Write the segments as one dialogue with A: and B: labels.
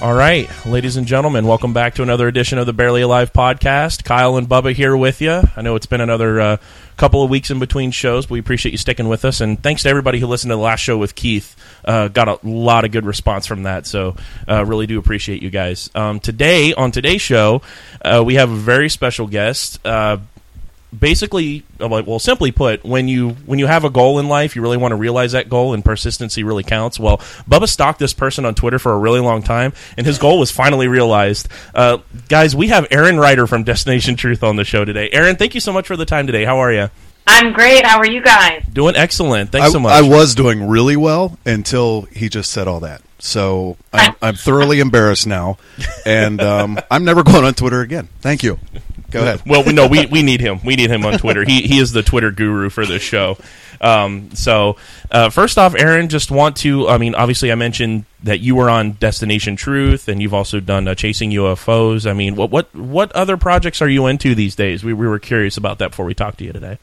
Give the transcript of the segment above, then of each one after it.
A: All right, ladies and gentlemen, welcome back to another edition of the Barely Alive podcast. Kyle and Bubba here with you. I know it's been another uh, couple of weeks in between shows, but we appreciate you sticking with us. And thanks to everybody who listened to the last show with Keith. Uh, got a lot of good response from that, so uh, really do appreciate you guys. Um, today, on today's show, uh, we have a very special guest. Uh, basically uh, well simply put when you when you have a goal in life you really want to realize that goal and persistency really counts well bubba stalked this person on twitter for a really long time and his goal was finally realized uh, guys we have aaron ryder from destination truth on the show today aaron thank you so much for the time today how are you
B: I'm great. How are you guys?
A: doing excellent thanks
C: I,
A: so much
C: I was doing really well until he just said all that. So I'm, I'm thoroughly embarrassed now, and um, I'm never going on Twitter again. Thank you. Go ahead.
A: well, we know we, we need him. We need him on Twitter. He he is the Twitter guru for this show. Um, so uh, first off, Aaron, just want to. I mean, obviously, I mentioned that you were on Destination Truth, and you've also done uh, Chasing UFOs. I mean, what what what other projects are you into these days? We we were curious about that before we talked to you today.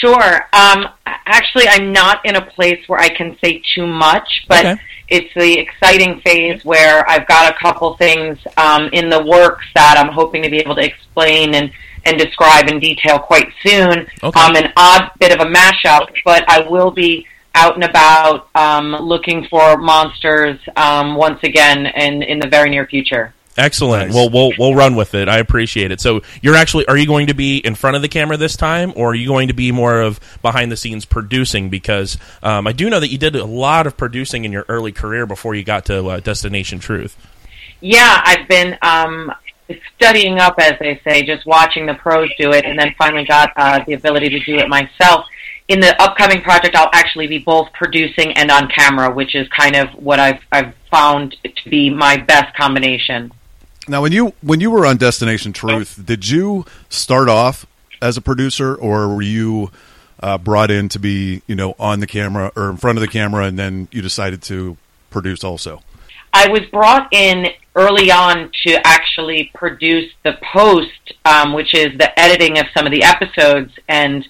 B: Sure. Um, actually, I'm not in a place where I can say too much, but
A: Okay.
B: it's the exciting phase where I've got a couple things um, in the works that I'm hoping to be able to explain and, and describe in detail quite soon.
A: Okay.
B: Um, an odd bit of a mashup, but I will be out and about um, looking for monsters um, once again in, in the very near future.
A: Excellent.
C: Nice.
A: Well, we'll we'll run with it. I appreciate it. So you're actually are you going to be in front of the camera this time, or are you going to be more of behind the scenes producing? Because um, I do know that you did a lot of producing in your early career before you got to uh, Destination Truth.
B: Yeah, I've been um, studying up, as they say, just watching the pros do it, and then finally got uh, the ability to do it myself. In the upcoming project, I'll actually be both producing and on camera, which is kind of what I've, I've found to be my best combination.
C: Now, when you when you were on Destination Truth, did you start off as a producer, or were you uh, brought in to be you know on the camera or in front of the camera, and then you decided to produce also?
B: I was brought in early on to actually produce the post, um, which is the editing of some of the episodes. And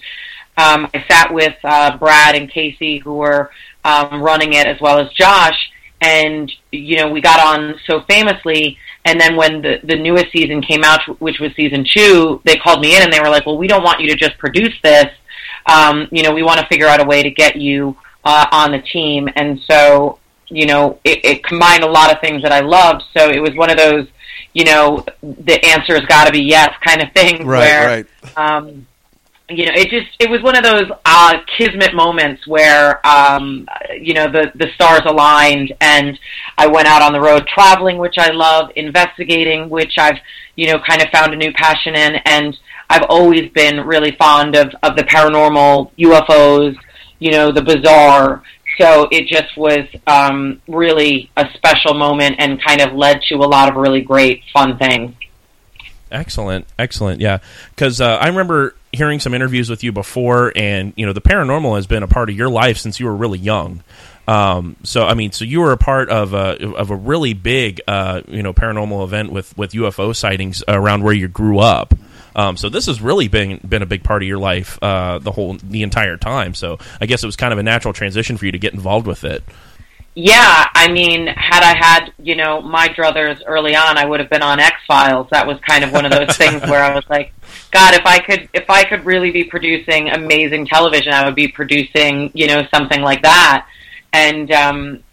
B: um, I sat with uh, Brad and Casey, who were um, running it, as well as Josh. And you know, we got on so famously. And then when the the newest season came out, which was season two, they called me in and they were like, "Well, we don't want you to just produce this. Um, you know, we want to figure out a way to get you." Uh, on the team, and so you know, it, it combined a lot of things that I loved. So it was one of those, you know, the answer's got to be yes kind of thing. where, Um, you know, it just it was one of those uh, kismet moments where um, you know the the stars aligned, and I went out on the road traveling, which I love, investigating, which I've you know kind of found a new passion in, and I've always been really fond of of the paranormal, UFOs, you know, the bizarre. So it just was um, really a special moment, and kind of led to a lot of really great fun things.
A: Excellent, excellent. Yeah, because uh, I remember hearing some interviews with you before, and you know the paranormal has been a part of your life since you were really young. Um, so I mean, so you were a part of a of a really big uh, you know paranormal event with with UFO sightings around where you grew up. Um, so this has really been been a big part of your life uh, the whole the entire time. So I guess it was kind of a natural transition for you to get involved with it.
B: Yeah, I mean, had I had you know my druthers early on, I would have been on X Files. That was kind of one of those things where I was like, God, if I could, if I could really be producing amazing television, I would be producing you know something like that. And um,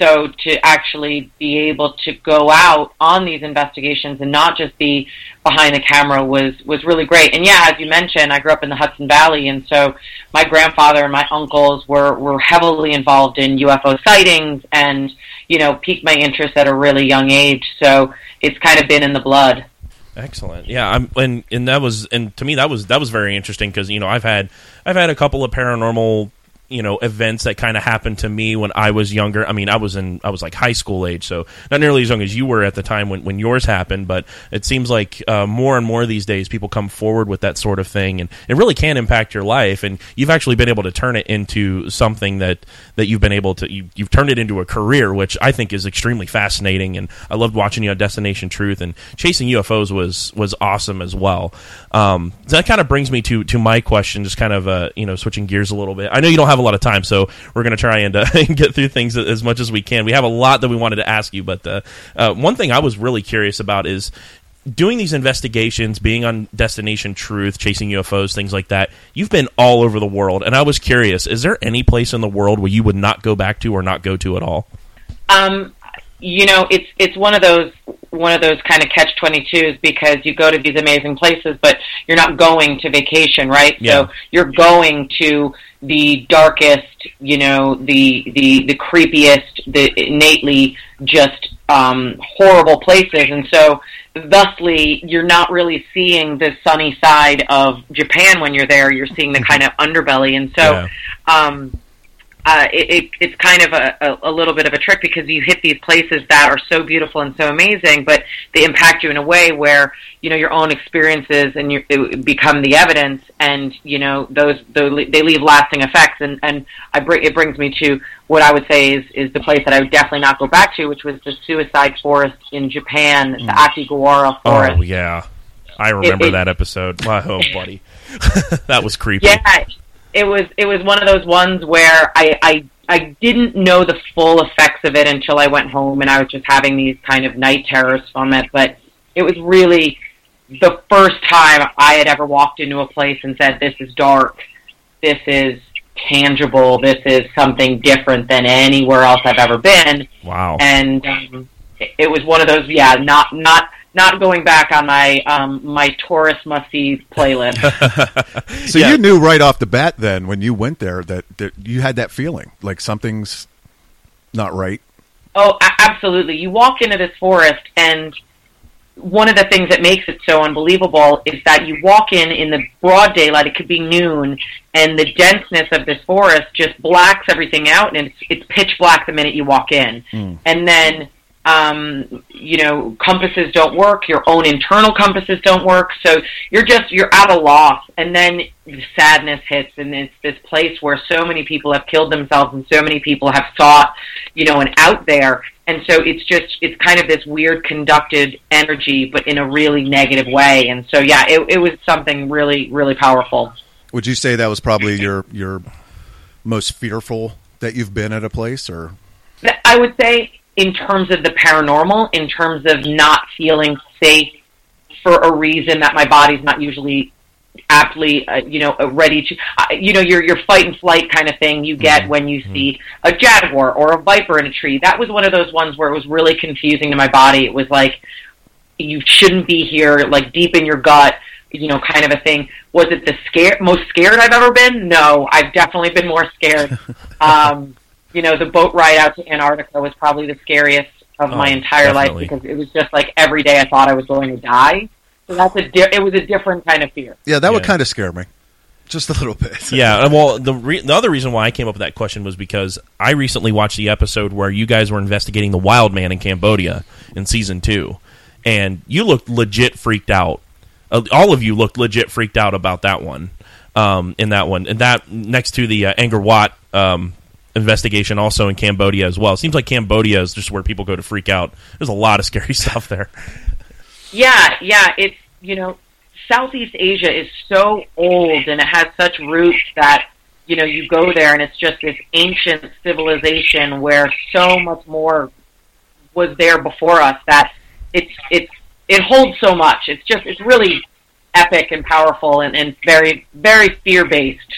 B: so to actually be able to go out on these investigations and not just be behind the camera was was really great. And yeah, as you mentioned, I grew up in the Hudson Valley, and so my grandfather and my uncles were were heavily involved in UFO sightings, and you know piqued my interest at a really young age. So it's kind of been in the blood.
A: Excellent. Yeah, I'm, and and that was and to me that was that was very interesting because you know I've had I've had a couple of paranormal you know events that kind of happened to me when I was younger. I mean, I was in I was like high school age, so not nearly as young as you were at the time when when yours happened. But it seems like uh, more and more these days people come forward with that sort of thing, and it really can impact your life. And you've actually been able to turn it into something that that you've been able to you, you've turned it into a career, which I think is extremely fascinating. And I loved watching you on Destination Truth and chasing UFOs was was awesome as well. Um, so that kind of brings me to to my question, just kind of uh, you know switching gears a little bit. I know you don't have have a lot of time, so we're going to try and, uh, get through things as much as we can. We have a lot that we wanted to ask you, but uh, uh, one thing I was really curious about is doing these investigations, being on Destination Truth, chasing UFOs, things like that, you've been all over the world. And I was curious, is there any place in the world where you would not go back to or not go to at all?
B: Um, you know, it's it's one of those one of those kind of catch twenty twos because you go to these amazing places, but you're not going to vacation, right?
A: Yeah.
B: So you're going to the darkest, you know, the the the creepiest, the innately just um, horrible places, and so thusly you're not really seeing the sunny side of Japan when you're there. You're seeing the kind of underbelly, and so
A: Mm-hmm. Yeah.
B: um, uh, it, it, it's kind of a, a, a little bit of a trick because you hit these places that are so beautiful and so amazing, but they impact you in a way where you know your own experiences and your, it become the evidence, and you know those the, they leave lasting effects. And and I bring it brings me to what I would say is is the place that I would definitely not go back to, which was the suicide forest in Japan, the Akihabara forest.
A: Oh, yeah. I remember
B: it-
A: that episode. Oh, buddy. that was creepy.
B: Yeah, it was it was one of those ones where I I I didn't know the full effects of it until I went home and I was just having these kind of night terrors from it. But it was really the first time I had ever walked into a place and said, "This is dark. This is." tangible this is something different than anywhere else i've ever been
A: Wow.
B: and um, it- it was one of those yeah not not not going back on my um my tourist must see playlist
C: So
A: Yeah.
C: you knew right off the bat then when you went there that, that you had that feeling like something's not right.
B: Oh, a- absolutely. You walk into this forest, and one of the things that makes it so unbelievable is that you walk in in the broad daylight. It could be noon, and the denseness of this forest just blacks everything out, and it's, it's pitch black the minute you walk in. And then, um, you know, compasses don't work. Your own internal compasses don't work. So you're just you're at a loss. And then sadness hits, and it's this place where so many people have killed themselves, and so many people have sought you know, and out there. And so it's just it's kind of this weird conducted energy, but in a really negative way. And so yeah, it, it was something really really powerful.
C: Would you say that was probably your your most fearful that you've been at a place or
B: Th- I would say in terms of the paranormal, in terms of not feeling safe for a reason that my body's not usually aptly, uh, you know, uh, ready to, uh, you know, your your fight and flight kind of thing you get
A: Mm-hmm.
B: when you see a jaguar or a viper in a tree. That was one of those ones where it was really confusing to my body. It was like you shouldn't be here, like deep in your gut, you know, kind of a thing. Was it the scare most scared I've ever been? No, I've definitely been more scared. Um, you know, the boat ride out to Antarctica was probably the scariest of
A: Oh,
B: my entire
A: definitely.
B: life because it was just like every day I thought I was going to die. So that's a di- it was a different kind of fear.
C: Yeah, that would
A: Yeah.
C: kind of scare me. Just a little bit.
A: yeah. and Well, the re- the other reason why I came up with that question was because I recently watched the episode where you guys were investigating the wild man in Cambodia in season two, and you looked legit freaked out. Uh, all of you looked legit freaked out about that one. Um, in that one, and that next to the uh, Angkor Wat um, investigation, also in Cambodia as well. It seems like Cambodia is just where people go to freak out. There's a lot of scary stuff there.
B: Yeah, yeah. It's you know, Southeast Asia is so old and it has such roots that you know you go there and it's just this ancient civilization where so much more was there before us that it's it's it holds so much. It's just it's really epic and powerful and, and very very fear based.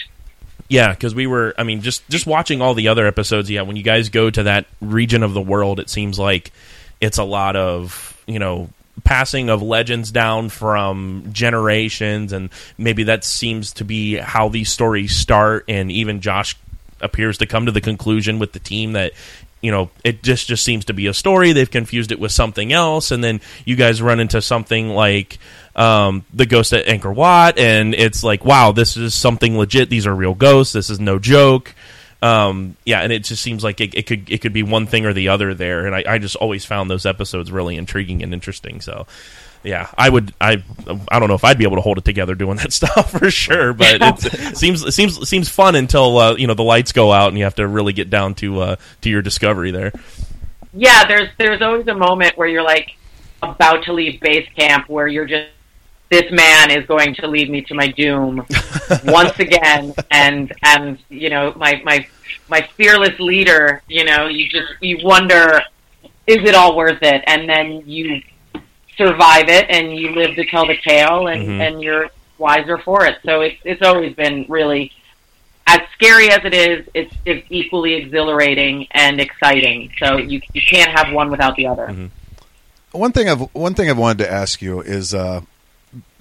A: Yeah, because we were. I mean, just just watching all the other episodes. Yeah, when you guys go to that region of the world, it seems like it's a lot of you know passing of legends down from generations, and maybe that seems to be how these stories start. And even Josh appears to come to the conclusion with the team that you know it just just seems to be a story they've confused it with something else and then you guys run into something like um, the ghost at Angkor Wat and it's like wow this is something legit these are real ghosts this is no joke um, yeah and it just seems like it, it could it could be one thing or the other there and I, I just always found those episodes really intriguing and interesting so yeah, I would. I I don't know if I'd be able to hold it together doing that stuff for sure, but it's, it seems it seems it seems fun until uh, you know the lights go out and you have to really get down to uh, to your discovery there.
B: yeah, there's there's always a moment where you're like about to leave base camp where you're just this man is going to lead me to my doom once again and and you know my my my fearless leader you know you just you wonder is it all worth it and then you survive it and you live to tell the tale and
A: Mhm.
B: and you're wiser for it so it's it's always been really as scary as it is it's it's equally exhilarating and exciting so you you can't have one without the other
D: One thing I've one thing I've wanted to ask you is uh,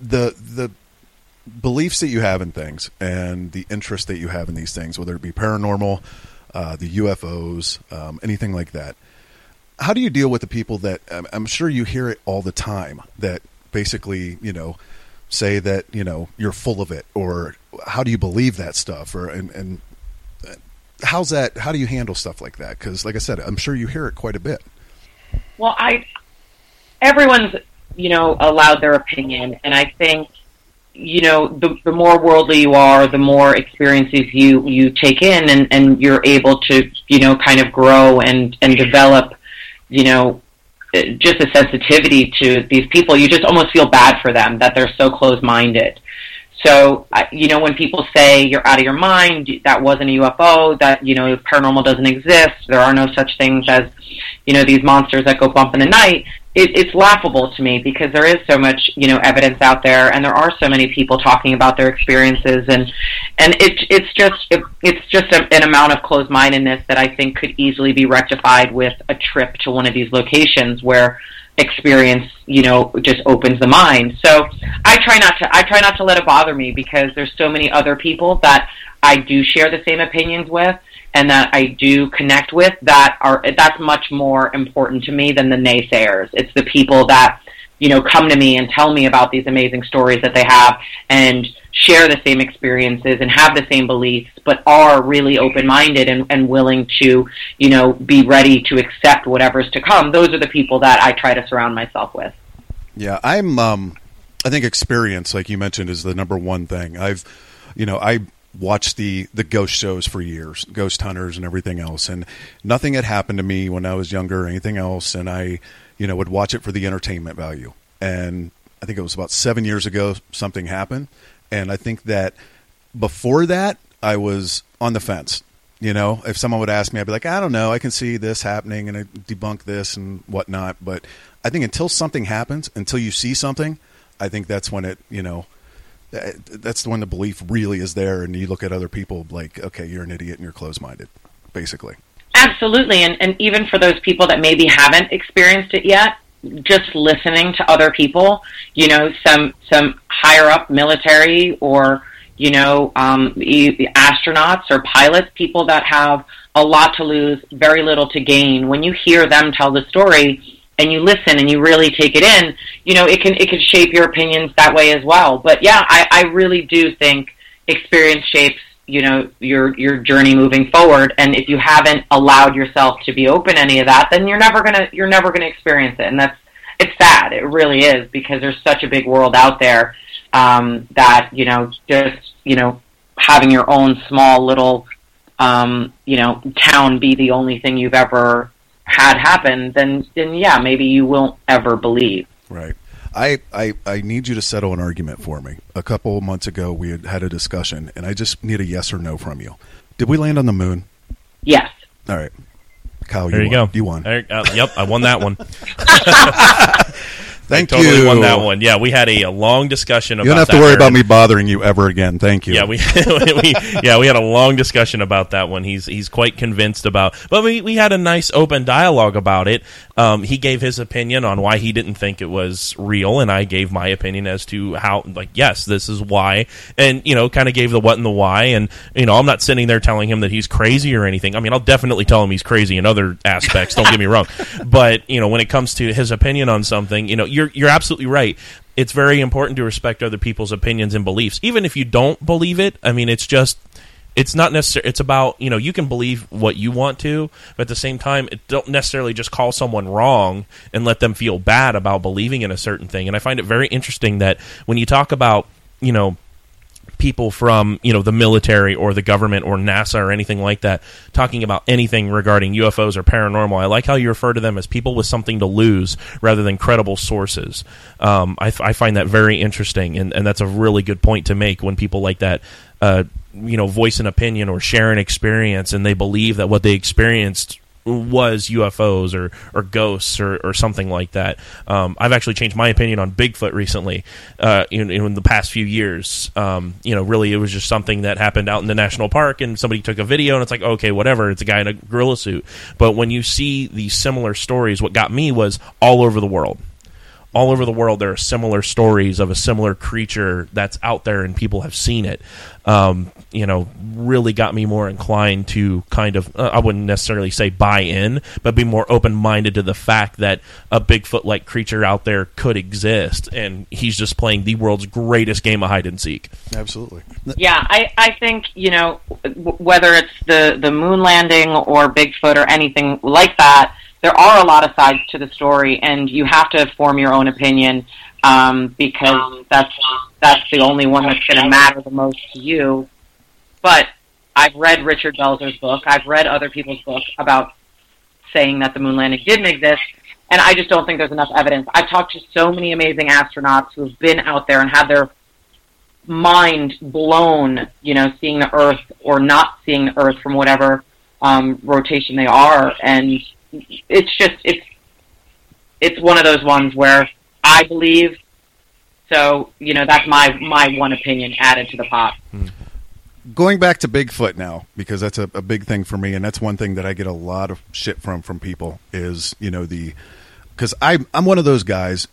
D: the the beliefs that you have in things and the interest that you have in these things, whether it be paranormal, uh, the UFOs, um, anything like that. How do you deal with the people that I'm, I'm sure you hear it all the time that basically you know say that you know you're full of it or how do you believe that stuff or and, and uh, how's that how do you handle stuff like that because like I said I'm sure you hear it quite a bit.
B: Well, I everyone's you know allowed their opinion, and I think you know the the more worldly you are, the more experiences you you take in, and and you're able to you know kind of grow and and develop you know uh, just a sensitivity to these people. You just almost feel bad for them that they're so close minded. So, I- you know, when people say you're out of your mind, that wasn't a UFO, that, you know, paranormal doesn't exist, there are no such things as, you know, these monsters that go bump in the night, it, it's laughable to me because there is so much, you know, evidence out there and there are so many people talking about their experiences and, and it, it's just, it, it's just a, an amount of closed-mindedness that I think could easily be rectified with a trip to one of these locations where experience, you know, just opens the mind. So, I try not to. I try not to let it bother me because there's so many other people that I do share the same opinions with, and that I do connect with. That are that's much more important to me than the naysayers. It's the people that you know come to me and tell me about these amazing stories that they have and share the same experiences and have the same beliefs but are really open minded and, and willing to you know be ready to accept whatever's to come those are the people that i try to surround myself with
D: Yeah, I'm. Um, I think experience, like you mentioned, is the number one thing. I've, you know, I watched the the ghost shows for years, ghost hunters and everything else, and nothing had happened to me when I was younger or anything else, and I, you know, would watch it for the entertainment value. And I think it was about seven years ago something happened, and I think that before that I was on the fence. You know, if someone would ask me, I'd be like, I don't know. I can see this happening and I debunk this and whatnot. But I think until something happens, until you see something, I think that's when it, you know, th- that's when the belief really is there. And you look at other people like, okay, you're an idiot and you're closed minded, basically.
B: Absolutely, and and even for those people that maybe haven't experienced it yet, just listening to other people, you know, some some higher up military or you know um, e- astronauts or pilots, people that have a lot to lose, very little to gain. When you hear them tell the story and you listen and you really take it in, you know, it can it can shape your opinions that way as well. But yeah, I, I really do think experience shapes you know your your journey moving forward and if you haven't allowed yourself to be open to any of that then you're never going to you're never going to experience it and that's it's sad it really is because there's such a big world out there um that you know just you know having your own small little um you know town be the only thing you've ever had happen then then yeah maybe you won't ever believe
D: Right. I, I, I need you to settle an argument for me. A couple of months ago, we had had a discussion, and I just need a yes or no from you. Did we land on the moon?
B: yes
D: All right. Kyle,
A: There you,
D: won.
A: go.
D: You won.
A: There- uh, yep, I won that one.
D: Thank
A: totally
D: you.
A: won that one. Yeah, we had a, a long discussion about
D: You don't have to
A: that
D: worry
A: there.
D: about me bothering you ever again. Thank you.
A: Yeah, we, we yeah we had a long discussion about that one. He's he's quite convinced about, but we, we had a nice open dialogue about it. Um, he gave his opinion on why he didn't think it was real, and I gave my opinion as to how like yes, this is why, and you know kind of gave the what and the why, and you know I'm not sitting there telling him that he's crazy or anything. I mean I'll definitely tell him he's crazy in other aspects. don't get me wrong, but you know when it comes to his opinion on something, you know you're you're absolutely right it's very important to respect other people's opinions and beliefs even if you don't believe it i mean it's just it's not necessary it's about you know you can believe what you want to but at the same time it don't necessarily just call someone wrong and let them feel bad about believing in a certain thing and i find it very interesting that when you talk about you know people from you know the military or the government or NASA or anything like that talking about anything regarding UFOs or paranormal. I like how you refer to them as people with something to lose rather than credible sources. Um, I, f- I find that very interesting, and, and that's a really good point to make when people like that. Uh, you know, voice an opinion or share an experience, and they believe that what they experienced was UFOs or, or ghosts or, or something like that. Um, I've actually changed my opinion on Bigfoot recently uh, in, in the past few years. Um, you know, really, it was just something that happened out in the national park and somebody took a video and it's like, okay, whatever, it's a guy in a gorilla suit. But when you see these similar stories, what got me was all over the world all over the world there are similar stories of a similar creature that's out there and people have seen it um, you know really got me more inclined to kind of uh, i wouldn't necessarily say buy in but be more open-minded to the fact that a bigfoot like creature out there could exist and he's just playing the world's greatest game of hide and seek
D: Absolutely.
B: Yeah, I, I think you know w- whether it's the the moon landing or Bigfoot or anything like that, there are a lot of sides to the story, and you have to form your own opinion um, because that's that's the only one that's going to matter the most to you. But I've read Richard Belzer's book. I've read other people's books about saying that the moon landing didn't exist. And I just don't think there's enough evidence. I've talked to so many amazing astronauts who have been out there and had their mind blown, you know, seeing the Earth or not seeing the Earth from whatever um, rotation they are, and it's just it's it's one of those ones where I believe. So you know, that's my my one opinion added to the pot.
D: Going back to Bigfoot now, because that's a, a big thing for me, and that's one thing that I get a lot of shit from from people is you know the because I I'm one of those guys,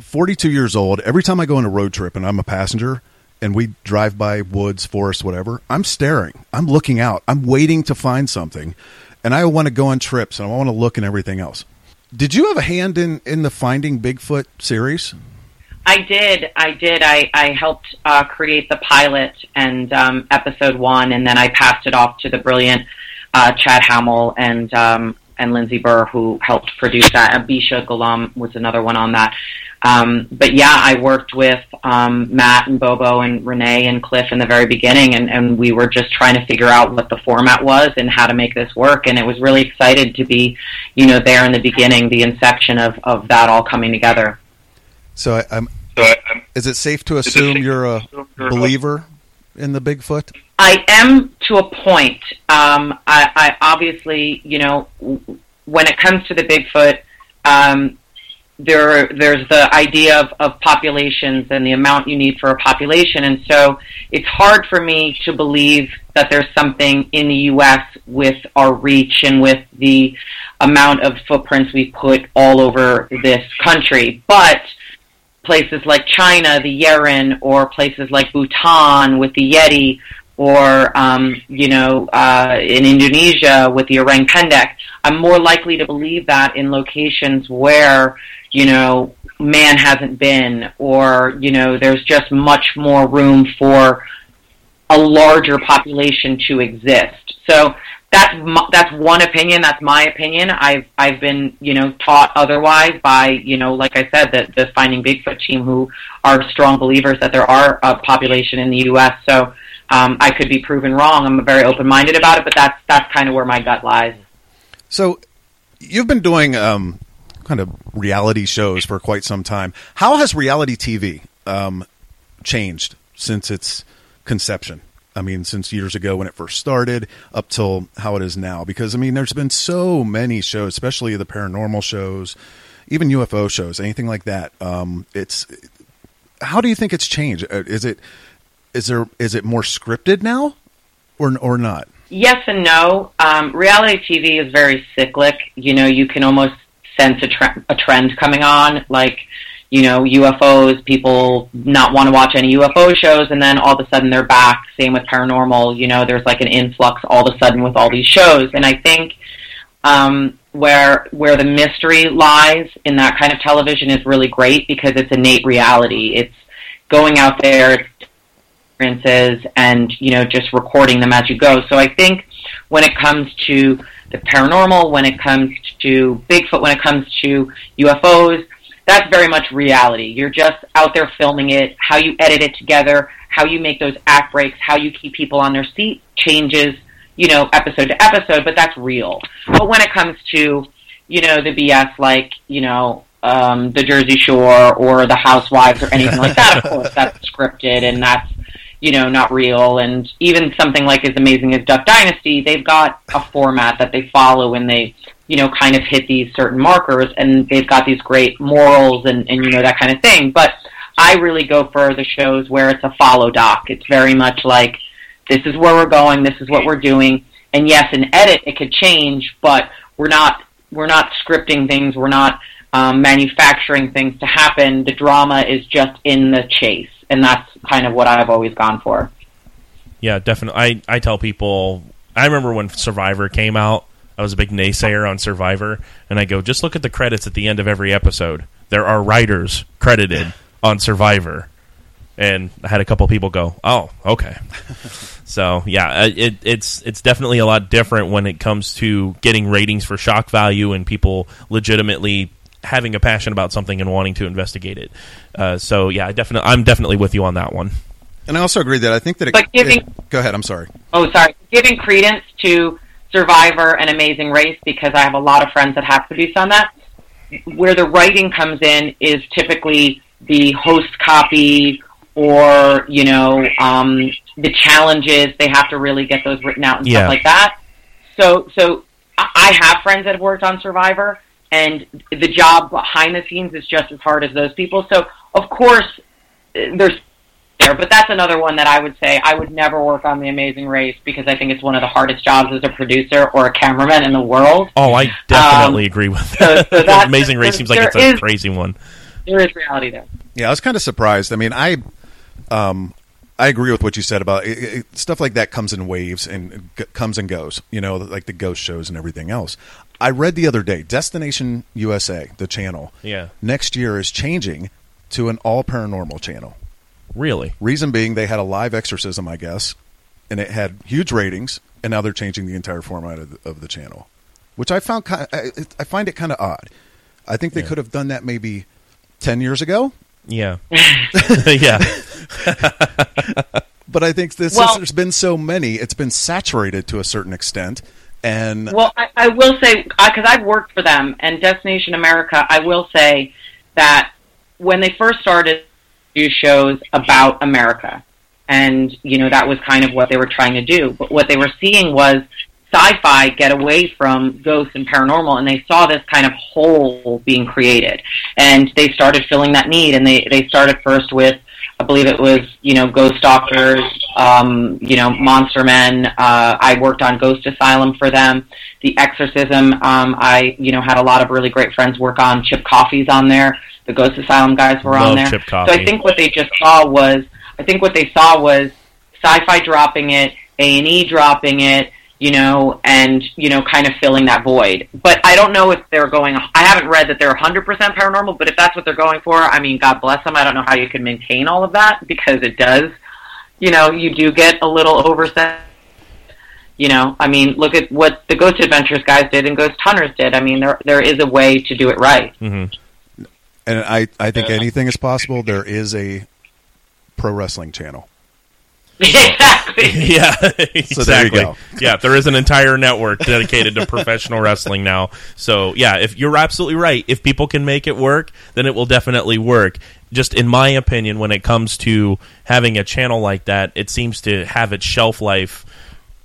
D: 42 years old. Every time I go on a road trip and I'm a passenger and we drive by woods, forests, whatever, I'm staring, I'm looking out, I'm waiting to find something, and I want to go on trips and I want to look and everything else. Did you have a hand in in the Finding Bigfoot series?
B: I did. I did. I, I helped uh, create the pilot and um, episode one, and then I passed it off to the brilliant uh, Chad Hamill and um, and Lindsay Burr, who helped produce that. Abisha Ghulam was another one on that. Um, but yeah, I worked with um, Matt and Bobo and Renee and Cliff in the very beginning, and, and we were just trying to figure out what the format was and how to make this work. And it was really excited to be, you know, there in the beginning, the inception of, of that all coming together.
D: So I, I'm.
C: So I, I'm,
D: Is it safe to assume you're a believer in the Bigfoot?
B: I am to a point. Um, I, I obviously, you know, w- when it comes to the Bigfoot, um, there there's the idea of, of populations and the amount you need for a population, and so it's hard for me to believe that there's something in the U.S. with our reach and with the amount of footprints we put all over this country, but places like China, the Yeren, or places like Bhutan with the Yeti, or um, you know, uh, in Indonesia with the orang pendek. I'm more likely to believe that in locations where you know man hasn't been, or you know, there's just much more room for a larger population to exist. So. That's my, that's one opinion. That's my opinion. I've I've been you know taught otherwise by you know like I said the the Finding Bigfoot team who are strong believers that there are a population in the U.S. So um, I could be proven wrong. I'm very open minded about it, but that's that's kind of where my gut lies.
D: So you've been doing um, kind of reality shows for quite some time. How has reality TV um, changed since its conception? I mean, since years ago when it first started up till how it is now? Because, I mean, there's been so many shows, especially the paranormal shows, even UFO shows, anything like that. Um, it's how do you think it's changed? Uh, Is it is there is it more scripted now or or not?
B: Yes and no. Um, reality TV is very cyclic. You know, you can almost sense a, tre- a trend coming on, like you know UFOs. People not want to watch any UFO shows, and then all of a sudden they're back. Same with paranormal. You know, there's like an influx all of a sudden with all these shows, and I think um, where where the mystery lies in that kind of television is really great because it's innate reality. It's going out there, it's experiences and you know just recording them as you go. So I think when it comes to the paranormal, when it comes to Bigfoot, when it comes to UFOs, that's very much reality. You're just out there filming it. How you edit it together, how you make those act breaks, how you keep people on their seat changes, you know, episode to episode, but that's real. But when it comes to, you know, the BS like, you know, um, the Jersey Shore or the Housewives or anything like that, of course, that's scripted and that's, you know, not real. And even something like as amazing as Duck Dynasty, they've got a format that they follow and they, you know, kind of hit these certain markers and they've got these great morals and, and you know, that kind of thing. But I really go for the shows where it's a follow doc. It's very much like, this is where we're going, this is what we're doing. And yes, in edit it could change, but we're not we're not scripting things, we're not um, manufacturing things to happen. The drama is just in the chase, and that's kind of what I've always gone for.
A: Yeah, definitely. I, I tell people, I remember when Survivor came out, I was a big naysayer on Survivor, and I go, just look at the credits at the end of every episode. There are writers credited on Survivor. And I had a couple people go, "Oh, okay." so yeah, it, it's it's definitely a lot different when it comes to getting ratings for shock value and people legitimately having a passion about something and wanting to investigate it. Uh, so yeah, I definitely I'm definitely with you on that one.
D: And I also agree that I think that it,
B: But giving-
D: it- go ahead. I'm sorry.
B: Oh, sorry. Giving credence to Survivor and Amazing Race because I have a lot of friends that have produced on that. Where the writing comes in is typically the host copy or, you know, um, the challenges. They have to really get those written out and
A: Yeah.
B: stuff like that. So, so I I have friends that have worked on Survivor, and the job behind the scenes is just as hard as those people. So, of course, eh, there's there. But that's another one that I would say I would never work on The Amazing Race because I think it's one of the hardest jobs as a producer or a cameraman in the world.
A: Oh, I definitely agree with
B: Um, so-
A: that.
B: so that-
A: Amazing Race
B: there-
A: seems like it's a
B: there is-
A: crazy one.
B: There is reality there.
D: Yeah, I was kind of surprised. I mean, I, um, I agree with what you said about it, it, stuff like that comes in waves and g- comes and goes. You know, like the ghost shows and everything else. I read the other day, Destination USA, the channel,
A: Yeah.
D: next year is changing to an all paranormal channel.
A: Really?
D: Reason being, they had a live exorcism, I guess, and it had huge ratings, and now they're changing the entire format of the, of the channel, which I found kind I, I find it kind of odd. I think they could have done that maybe ten years ago,
A: Yeah. yeah.
D: but I think this
B: Well-
D: since there's been so many, it's been saturated to a certain extent, and
B: Well, I, I will say because I've worked for them and Destination America. I will say that when they first started do shows about America, and you know that was kind of what they were trying to do. But what they were seeing was sci-fi get away from ghosts and paranormal, and they saw this kind of hole being created, and they started filling that need. And they they started first with. I believe it was, you know, Ghost Doctors, um, you know, Monster Men. Uh, I worked on Ghost Asylum for them. The Exorcism. Um, I, you know, had a lot of really great friends work on. Chip Coffee's on there. The Ghost Asylum guys were
A: Love
B: on there.
A: Chip
B: so
A: Coffee.
B: I think what they just saw was, I think what they saw was sci-fi dropping it, A and E dropping it, you know, and you know, kind of filling that void. But I don't know if they're going. I haven't read that they're 100% paranormal, but if that's what they're going for, I mean, God bless them. I don't know how you can maintain all of that because it does, you know, you do get a little overset. You know, I mean, look at what the Ghost Adventures guys did and Ghost Hunters did. I mean, there there is a way to do it right.
A: hmm
D: and I I think anything is possible. There is a pro wrestling channel.
B: exactly.
A: Yeah. exactly.
D: there you go.
A: yeah, there is an entire network dedicated to professional wrestling now. So yeah, if you're absolutely right, if people can make it work, then it will definitely work. Just in my opinion, when it comes to having a channel like that, it seems to have its shelf life,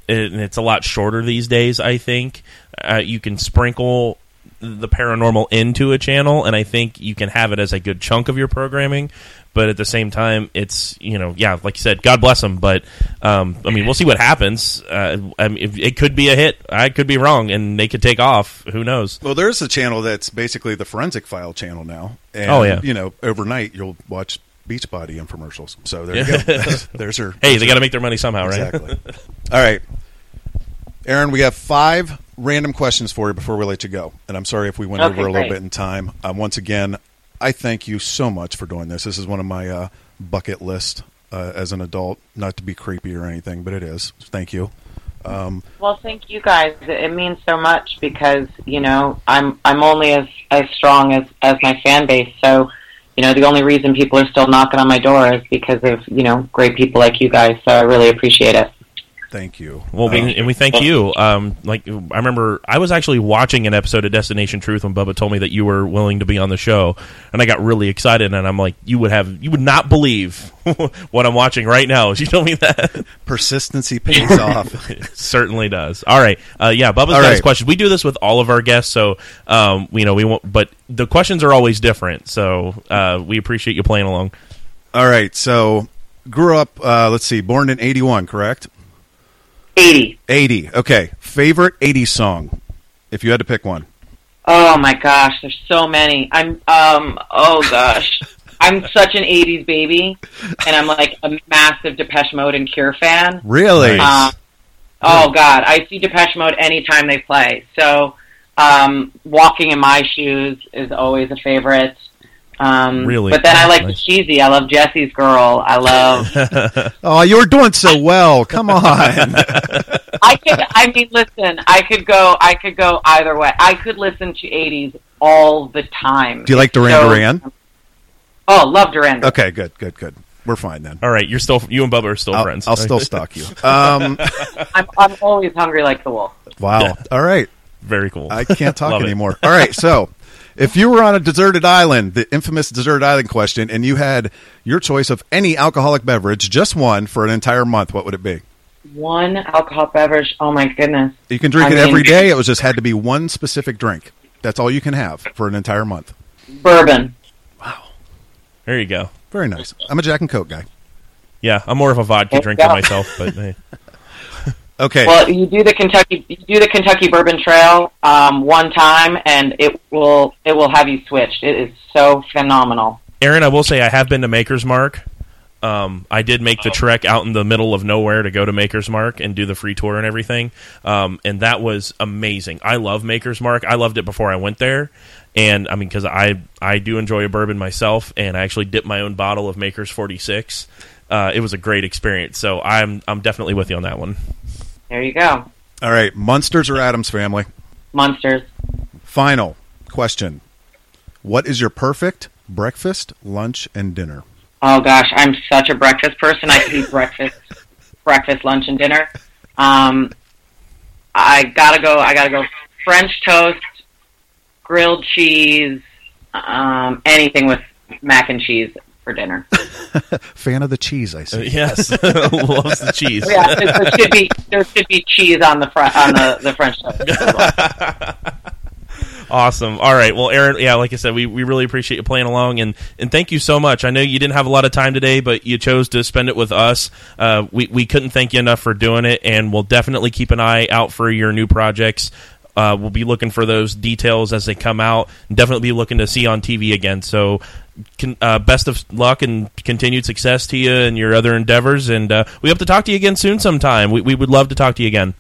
A: and it's a lot shorter these days. I think uh, you can sprinkle the paranormal into a channel, and I think you can have it as a good chunk of your programming. But at the same time, it's you know, yeah, like you said, God bless them. But um, I mean, we'll see what happens. Uh, I mean, it- it could be a hit. I could be wrong, and they could take off. Who knows?
D: Well, there's a channel that's basically the forensic file channel now. And,
A: Oh, yeah.
D: You know, overnight you'll watch Beachbody infomercials. So there
A: Yeah.
D: you go. there's your
A: Hey, they got to make their money somehow, right?
D: exactly. All right, Aaron, we have five random questions for you before we let you go. And I'm sorry if we went
B: Okay,
D: over a little
B: great.
D: bit in time. Um, once again, I thank you so much for doing this. This is one of my uh, bucket list uh, as an adult. Not to be creepy or anything, but it is. Thank you. Um,
B: Well, thank you guys. It it means so much because you know I'm I'm only as as strong as as my fan base. So you know the only reason people are still knocking on my door is because of you know great people like you guys. So I really appreciate it.
D: thank you.
A: Well, we,
D: Um,
A: and we thank you. Um, like I remember, I was actually watching an episode of Destination Truth when Bubba told me that you were willing to be on the show, and I got really excited. And I'm like, you would have, you would not believe what I'm watching right now. She told me that
D: persistency pays off.
A: It certainly does. All right, uh, yeah, Bubba's
D: All
A: got his
D: right.
A: questions. We do this with all of our guests, so um, you know we won't. But the questions are always different, so uh, we appreciate you playing along.
D: All right, so grew up. Uh, let's see, born in '81, correct?
B: Eighty.
D: '80. Okay, favorite '80 song, if you had to pick one.
B: Oh my gosh, there's so many. I'm um oh gosh. I'm such an '80s baby, and I'm like a massive Depeche Mode and Cure fan.
D: Really?
A: Nice.
B: Um, oh God, I see Depeche Mode anytime they play. So, um, walking in my shoes is always a favorite. Um,
A: Really?
B: but then I like
A: Nice.
B: the cheesy. I love Jesse's Girl. I love.
D: Oh, you were doing so well. Come on.
B: I could. I mean, listen. I could go. I could go either way. I could listen to '80s all the time.
D: Do you like Duran
B: So-
D: Duran?
B: Oh, love Duran. Duran.
D: Okay, good, good, good. We're fine then.
A: All right, you're still you and Bubba are still
D: I'll,
A: friends.
D: I'll still stalk you. Um,
B: I'm, I'm always hungry like the wolf.
D: wow. All right.
A: very cool.
D: I can't
A: Love
D: talk
A: it.
D: anymore. All right. So, if you were on a deserted island, the infamous deserted island question, and you had your choice of any alcoholic beverage, just one for an entire month, what would it be?
B: One alcohol beverage. Oh my goodness.
D: You can drink
B: I
D: it every
B: mean-
D: day. It was just had to be one specific drink. That's all you can have for an entire month.
B: Bourbon.
A: there you go.
D: Very nice. I'm a Jack and Coke guy.
A: Yeah, I'm more of a vodka
B: Yeah.
A: drinker myself, but hey.
D: Okay.
B: Well, you do the Kentucky you do the Kentucky Bourbon Trail um, one time, and it will it will have you switched. It is so phenomenal.
A: Aaron, I will say I have been to Maker's Mark. Um, I did make the trek out in the middle of nowhere to go to Maker's Mark and do the free tour and everything. Um, and that was amazing. I love Maker's Mark. I loved it before I went there. And I mean, because I, I do enjoy a bourbon myself, and I actually dipped my own bottle of Maker's 46. Uh, it was a great experience. So I'm, I'm definitely with you on that one.
B: There you go,
D: all right. Munsters or Adams family?
B: monsters.
D: Final question. What is your perfect breakfast, lunch, and dinner?
B: Oh gosh, I'm such a breakfast person. I could eat breakfast, breakfast, lunch, and dinner. Um, I gotta go. I gotta go. French toast, grilled cheese, um, anything with mac and cheese for dinner.
D: Fan of the cheese, I
A: Uh,
D: see.
A: yes. Loves the cheese.
B: Yeah, there, there should be there should be cheese on the fr- on the, the French toast. as well.
A: Awesome. All right. Well, Aaron, yeah, like I said, we, we really appreciate you playing along and, and thank you so much. I know you didn't have a lot of time today, but you chose to spend it with us. Uh, we, we couldn't thank you enough for doing it, and we'll definitely keep an eye out for your new projects. Uh, we'll be looking for those details as they come out. Definitely be looking to see on TV again. So, con- uh, best of luck and continued success to you and your other endeavors. And uh, we hope to talk to you again soon sometime. We, we would love to talk to you again.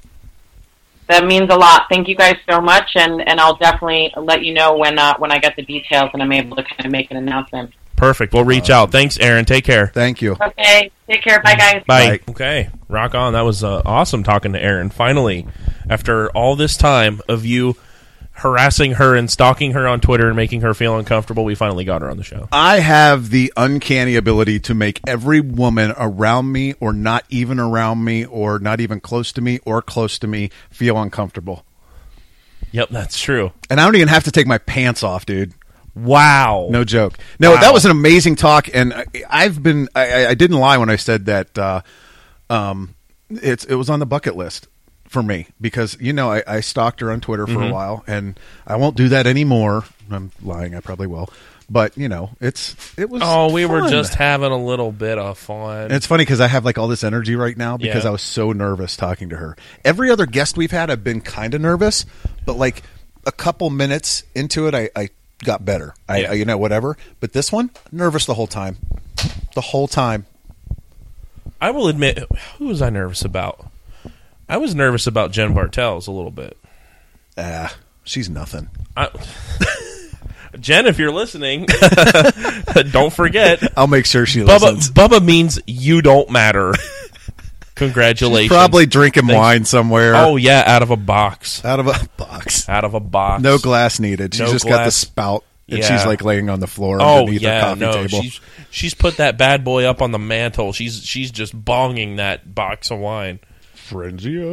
B: That means a lot. Thank you guys so much, and, and I'll definitely let you know when uh, when I get the details and I'm able to kind of make an announcement.
A: Perfect. We'll reach out. Thanks, Aaron. Take care.
D: Thank you.
B: Okay, take care. Bye, guys.
A: Bye. Okay, rock on. That was uh, awesome talking to Aaron. Finally, after all this time of you harassing her and stalking her on Twitter and making her feel uncomfortable, we finally got her on the show.
D: I have the uncanny ability to make every woman around me or not even around me or not even close to me or close to me feel uncomfortable.
A: Yep, that's true.
D: And I don't even have to take my pants off, dude.
A: Wow.
D: No joke. No,
A: Wow.
D: that was an amazing talk, and I, I've been. I, I- I didn't lie when I said that. Uh, um, it's it was on the bucket list for me because you know I, I stalked her on Twitter for
A: Mm-hmm.
D: a while, and I won't do that anymore. I'm lying. I probably will, but you know, it's it was.
A: Oh, we were
D: fun.
A: just having a little bit of fun.
D: And it's funny because I have like all this energy right now because
A: Yeah.
D: I was so nervous talking to her. Every other guest we've had, I've been kind of nervous, but like a couple minutes into it, I, I got better. I,
A: Yeah.
D: I, you know, whatever. But this one, nervous the whole time, the whole time.
A: I will admit, who was I nervous about? I was nervous about Jen Bartels a little bit.
D: Ah, she's nothing.
A: I, Jen, if you're listening, don't forget
D: I'll make sure she
A: Bubba,
D: listens.
A: Bubba means you don't matter. Congratulations.
D: Probably drinking
A: Thanks.
D: wine somewhere.
A: Oh yeah, out of a box.
D: out of a box.
A: Out of a box.
D: No glass needed. She's
A: No
D: just got the
A: glass.
D: spout, and
A: Yeah.
D: she's like laying on the floor
A: Oh
D: underneath her
A: yeah,
D: coffee
A: no.
D: table.
A: She's she's put that bad boy up on the mantle. She's she's just bonging that box of wine.
D: Frenzia.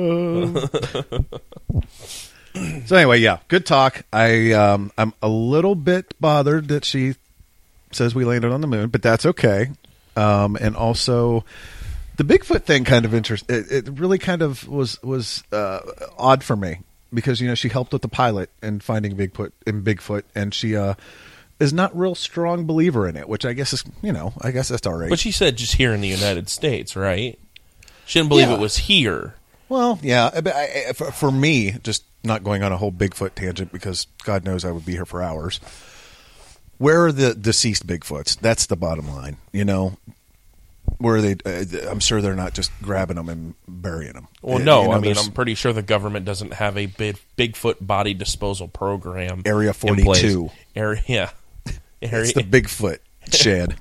D: so anyway, yeah, good talk. I um, I'm a little bit bothered that she says we landed on the moon, but that's okay. Um, and also, the Bigfoot thing kind of interest. It, it really kind of was was uh, odd for me because you know she helped with the pilot and finding Bigfoot and Bigfoot, and she uh, is not real strong believer in it, which I guess is you know I guess that's all right.
A: But she said just here in the United States, right? She didn't believe
D: Yeah.
A: it was here.
D: Well, yeah, I- but I, I- for, for me, just not going on a whole Bigfoot tangent because God knows I would be here for hours. Where are the deceased Bigfoots? That's the bottom line. You know, where are they? Uh, I'm sure they're not just grabbing them and burying Uh, them.
A: Well, no, I mean, I'm pretty sure the government doesn't have a big, Bigfoot body disposal program.
D: Area
A: in place.
D: 42.
A: Area, yeah. Area,
D: it's the Bigfoot shed,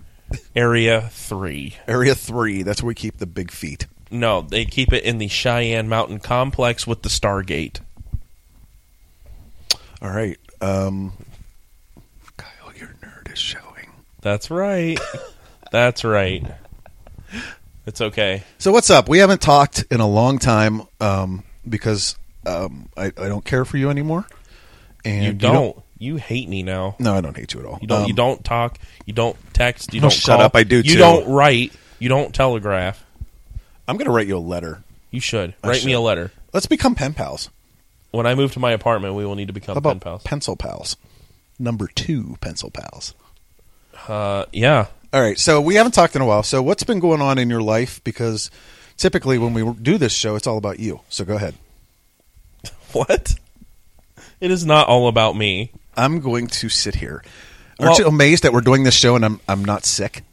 A: Area 3.
D: Area Three. That's where we keep the big feet.
A: No, they keep it in the Cheyenne Mountain Complex with the Stargate.
D: All right, um, Kyle, your nerd is showing.
A: That's right. That's right. It's okay.
D: So what's up? We haven't talked in a long time um, because um, I, I don't care for you anymore. And
A: You don't. You hate me now.
D: No, I don't hate you at all.
A: You don't.
D: Um,
A: you don't talk. You don't text. You
D: no,
A: don't
D: shut
A: call.
D: up, I do,
A: You
D: too.
A: don't write. You don't telegraph.
D: I'm going to write you a letter.
A: You should
D: I
A: write me
D: should.
A: a letter.
D: Let's become pen pals.
A: When I move to my apartment, we will need to become
D: How about
A: pen pals.
D: pencil pals? Number two, pencil pals.
A: Uh, yeah.
D: All right. So we haven't talked in a while. So what's been going on in your life? Because typically when we do this show, it's all about you. So go ahead.
A: What? It is not all about me.
D: I'm going to sit here. Aren't
A: Well-
D: you amazed that we're doing this show and I'm I'm not sick?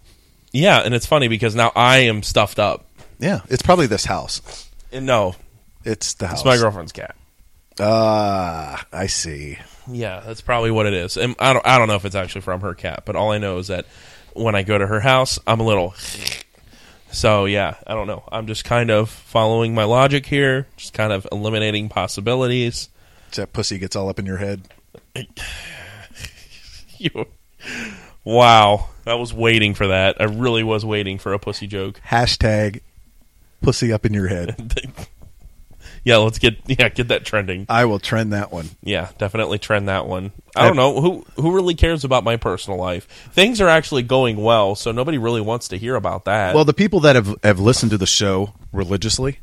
A: Yeah, and it's funny because now I am stuffed up.
D: Yeah, it's probably this house.
A: And no,
D: It's the house.
A: it's my girlfriend's cat.
D: Ah, I see.
A: Yeah, that's probably what it is. And I don't, I don't know if it's actually from her cat, but all I know is that when I go to her house, I'm a little. So yeah, I don't know. I'm just kind of following my logic here, just kind of eliminating possibilities.
D: That pussy gets all up in your head.
A: You, wow, I was waiting for that. I really was waiting for a pussy joke.
D: Hashtag pussy up in your head.
A: Yeah, let's get yeah get that trending.
D: I will trend that one.
A: Yeah, definitely trend that one. I don't know who who really cares about my personal life. Things are actually going well, so nobody really wants to hear about that.
D: Well, the people that have, have listened to the show religiously,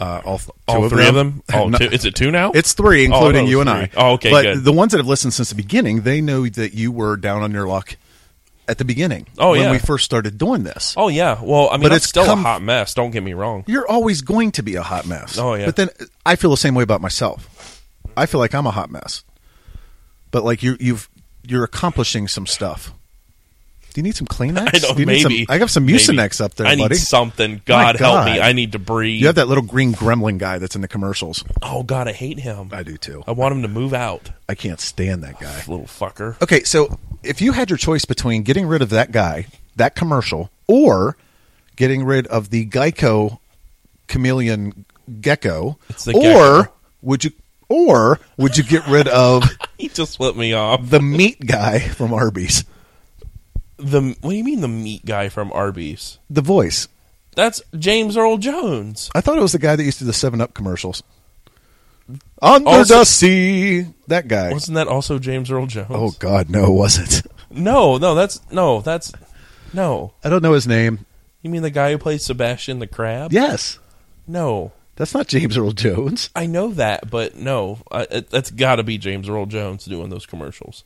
D: uh, all, th-
A: all
D: two
A: three of them. Oh,
D: No,
A: two, is it two now?
D: It's three,
A: Oh, I thought
D: including
A: it
D: you
A: was
D: and I.
A: three. Oh, okay,
D: But
A: good.
D: the ones that have listened since the beginning, they know that you were down on your luck at the beginning.
A: Oh,
D: when
A: yeah.
D: we first started doing this.
A: oh yeah. Well, I mean,
D: But
A: I'm
D: it's
A: still
D: come-
A: a hot mess. Don't get me wrong.
D: You're always going to be a hot mess.
A: Oh, yeah.
D: But then uh, I feel the same way about myself. I feel like I'm a hot mess. But like you, you've you're accomplishing some stuff. Do you need some Kleenex?
A: I don't.
D: Do you need some-
A: maybe
D: I have some
A: Maybe.
D: Mucinex up there,
A: I need
D: buddy.
A: something. God, help me.
D: God.
A: I need to breathe.
D: you have that little green gremlin guy that's in the commercials.
A: oh God, I hate him.
D: I do too.
A: I want him to move out,
D: I can't stand that guy.
A: little fucker.
D: Okay, so if you had your choice between getting rid of that guy, that commercial, or getting rid of the Geico chameleon gecko,
A: It's the
D: or
A: gecko.
D: would you or would you get rid of
A: He just flipped me off.
D: the meat guy from Arby's?
A: The what do you mean the meat guy from Arby's?
D: The voice.
A: That's James Earl Jones.
D: I thought it was the guy that used to do the Seven Up commercials. Under
A: Also-
D: the sea, that guy.
A: Wasn't that also James Earl Jones?
D: Oh God, no, it wasn't.
A: no, no, that's no, that's no.
D: I don't know his name.
A: You mean the guy who plays Sebastian the Crab?
D: Yes,
A: No,
D: that's not James Earl Jones.
A: I know that, but no, I, it, that's got to be James Earl Jones doing those commercials.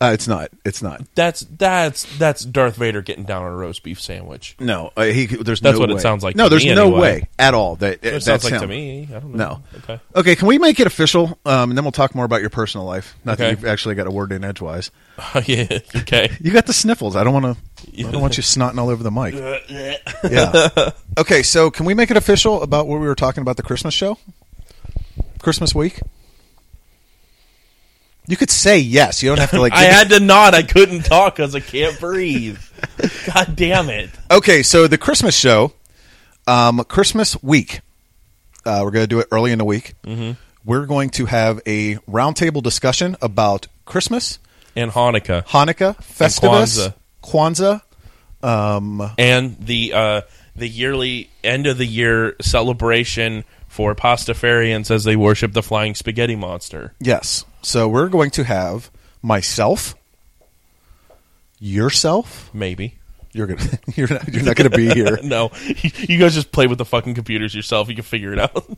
D: Uh, it's not. It's not.
A: That's that's that's Darth Vader getting down on a roast beef sandwich.
D: No, uh, he. There's
A: That's
D: no
A: what it
D: way.
A: sounds like
D: No,
A: to
D: there's
A: me
D: no
A: anyway.
D: way at all that
A: That
D: that
A: sounds like
D: him.
A: to me. I don't know.
D: No.
A: Okay.
D: Okay, can we make it official? Um, and then we'll talk more about your personal life. Not that
A: Okay.
D: you've actually got a word in edgewise.
A: Oh, yeah. Okay.
D: You got the sniffles. I don't want to. I don't want you snotting all over the mic. yeah. Okay, so can we make it official about what we were talking about the Christmas show? Christmas week. You could say yes. You don't have to like.
A: I had to nod. I couldn't talk because I can't breathe. God damn it!
D: Okay, so the Christmas show um, Christmas week. Uh, we're going to do it early in the week.
A: Mm-hmm.
D: We're going to have a roundtable discussion about Christmas,
A: and Hanukkah
D: Hanukkah, Festivus, Kwanzaa. Um,
A: and the uh, the yearly end of the year celebration for pastafarians as they worship the flying spaghetti monster.
D: Yes. So we're going to have myself, yourself.
A: Maybe
D: You're gonna. You're not. You're not gonna be here.
A: no, you guys just play with the fucking computers yourself. You can figure it out. you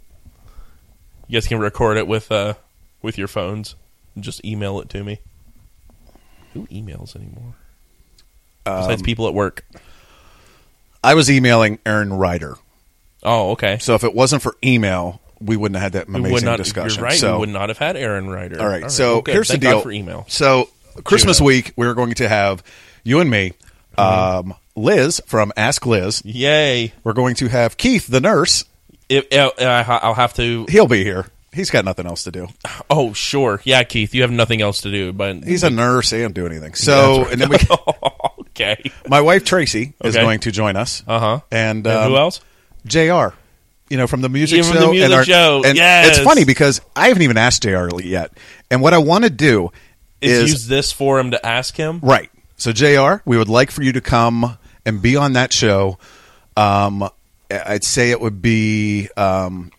A: guys can record it with uh with your phones. And just email it to me. Who emails anymore?
D: Um,
A: Besides people at work.
D: I was emailing Aaron Ryder.
A: Oh, okay.
D: So if it wasn't for email, we wouldn't have had that
A: we
D: amazing
A: would not.
D: discussion.
A: You're right.
D: So
A: we would not have had Aaron Ryder.
D: all right. so
A: okay,
D: here's
A: thank
D: the deal.
A: God for email.
D: So Christmas
A: Judah.
D: week, we're going to have you and me,
A: Mm-hmm.
D: um, Liz from Ask Liz.
A: Yay!
D: We're going to have Keith, the nurse.
A: If, uh, uh, I'll have to.
D: He'll be here. He's got nothing else to do.
A: Oh, sure. Yeah, Keith, you have nothing else to do, but
D: He's a nurse and do anything. So and then we.
A: okay.
D: My wife Tracy is
A: Okay.
D: going to join us.
A: Uh-huh.
D: And,
A: And
D: um,
A: who else?
D: Jr. You know from the music
A: Yeah,
D: show.
A: from the music
D: and
A: show.
D: And
A: Yes.
D: It's funny because I haven't even asked Jr. yet. And what I want to do
A: Is,
D: is,
A: use this forum to ask him.
D: right. So Jr. We would like for you to come and be on that show. Um, I'd say it would be um,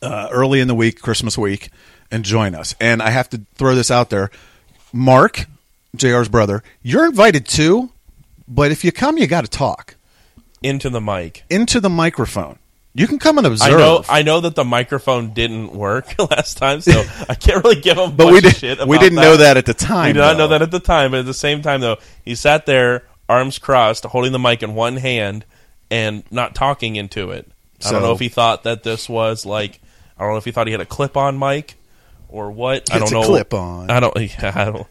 D: uh, early in the week, Christmas week, and join us. And I have to throw this out there, Mark, Jr.'s brother, you're invited too. But if you come, you got to talk.
A: into the mic.
D: into the microphone. You can come and observe.
A: I know. I know that the microphone didn't work last time, so I can't really give him.
D: but we
A: did.
D: didn't. We didn't know that at the time.
A: We did not
D: though.
A: know that at the time. But at the same time, though, he sat there, arms crossed, holding the mic in one hand and not talking into it. I don't
D: So-
A: know if he thought that this was like. I don't know if he thought he had a clip-on mic or what. I
D: It's
A: don't know.
D: a clip-on.
A: I don't. I don't.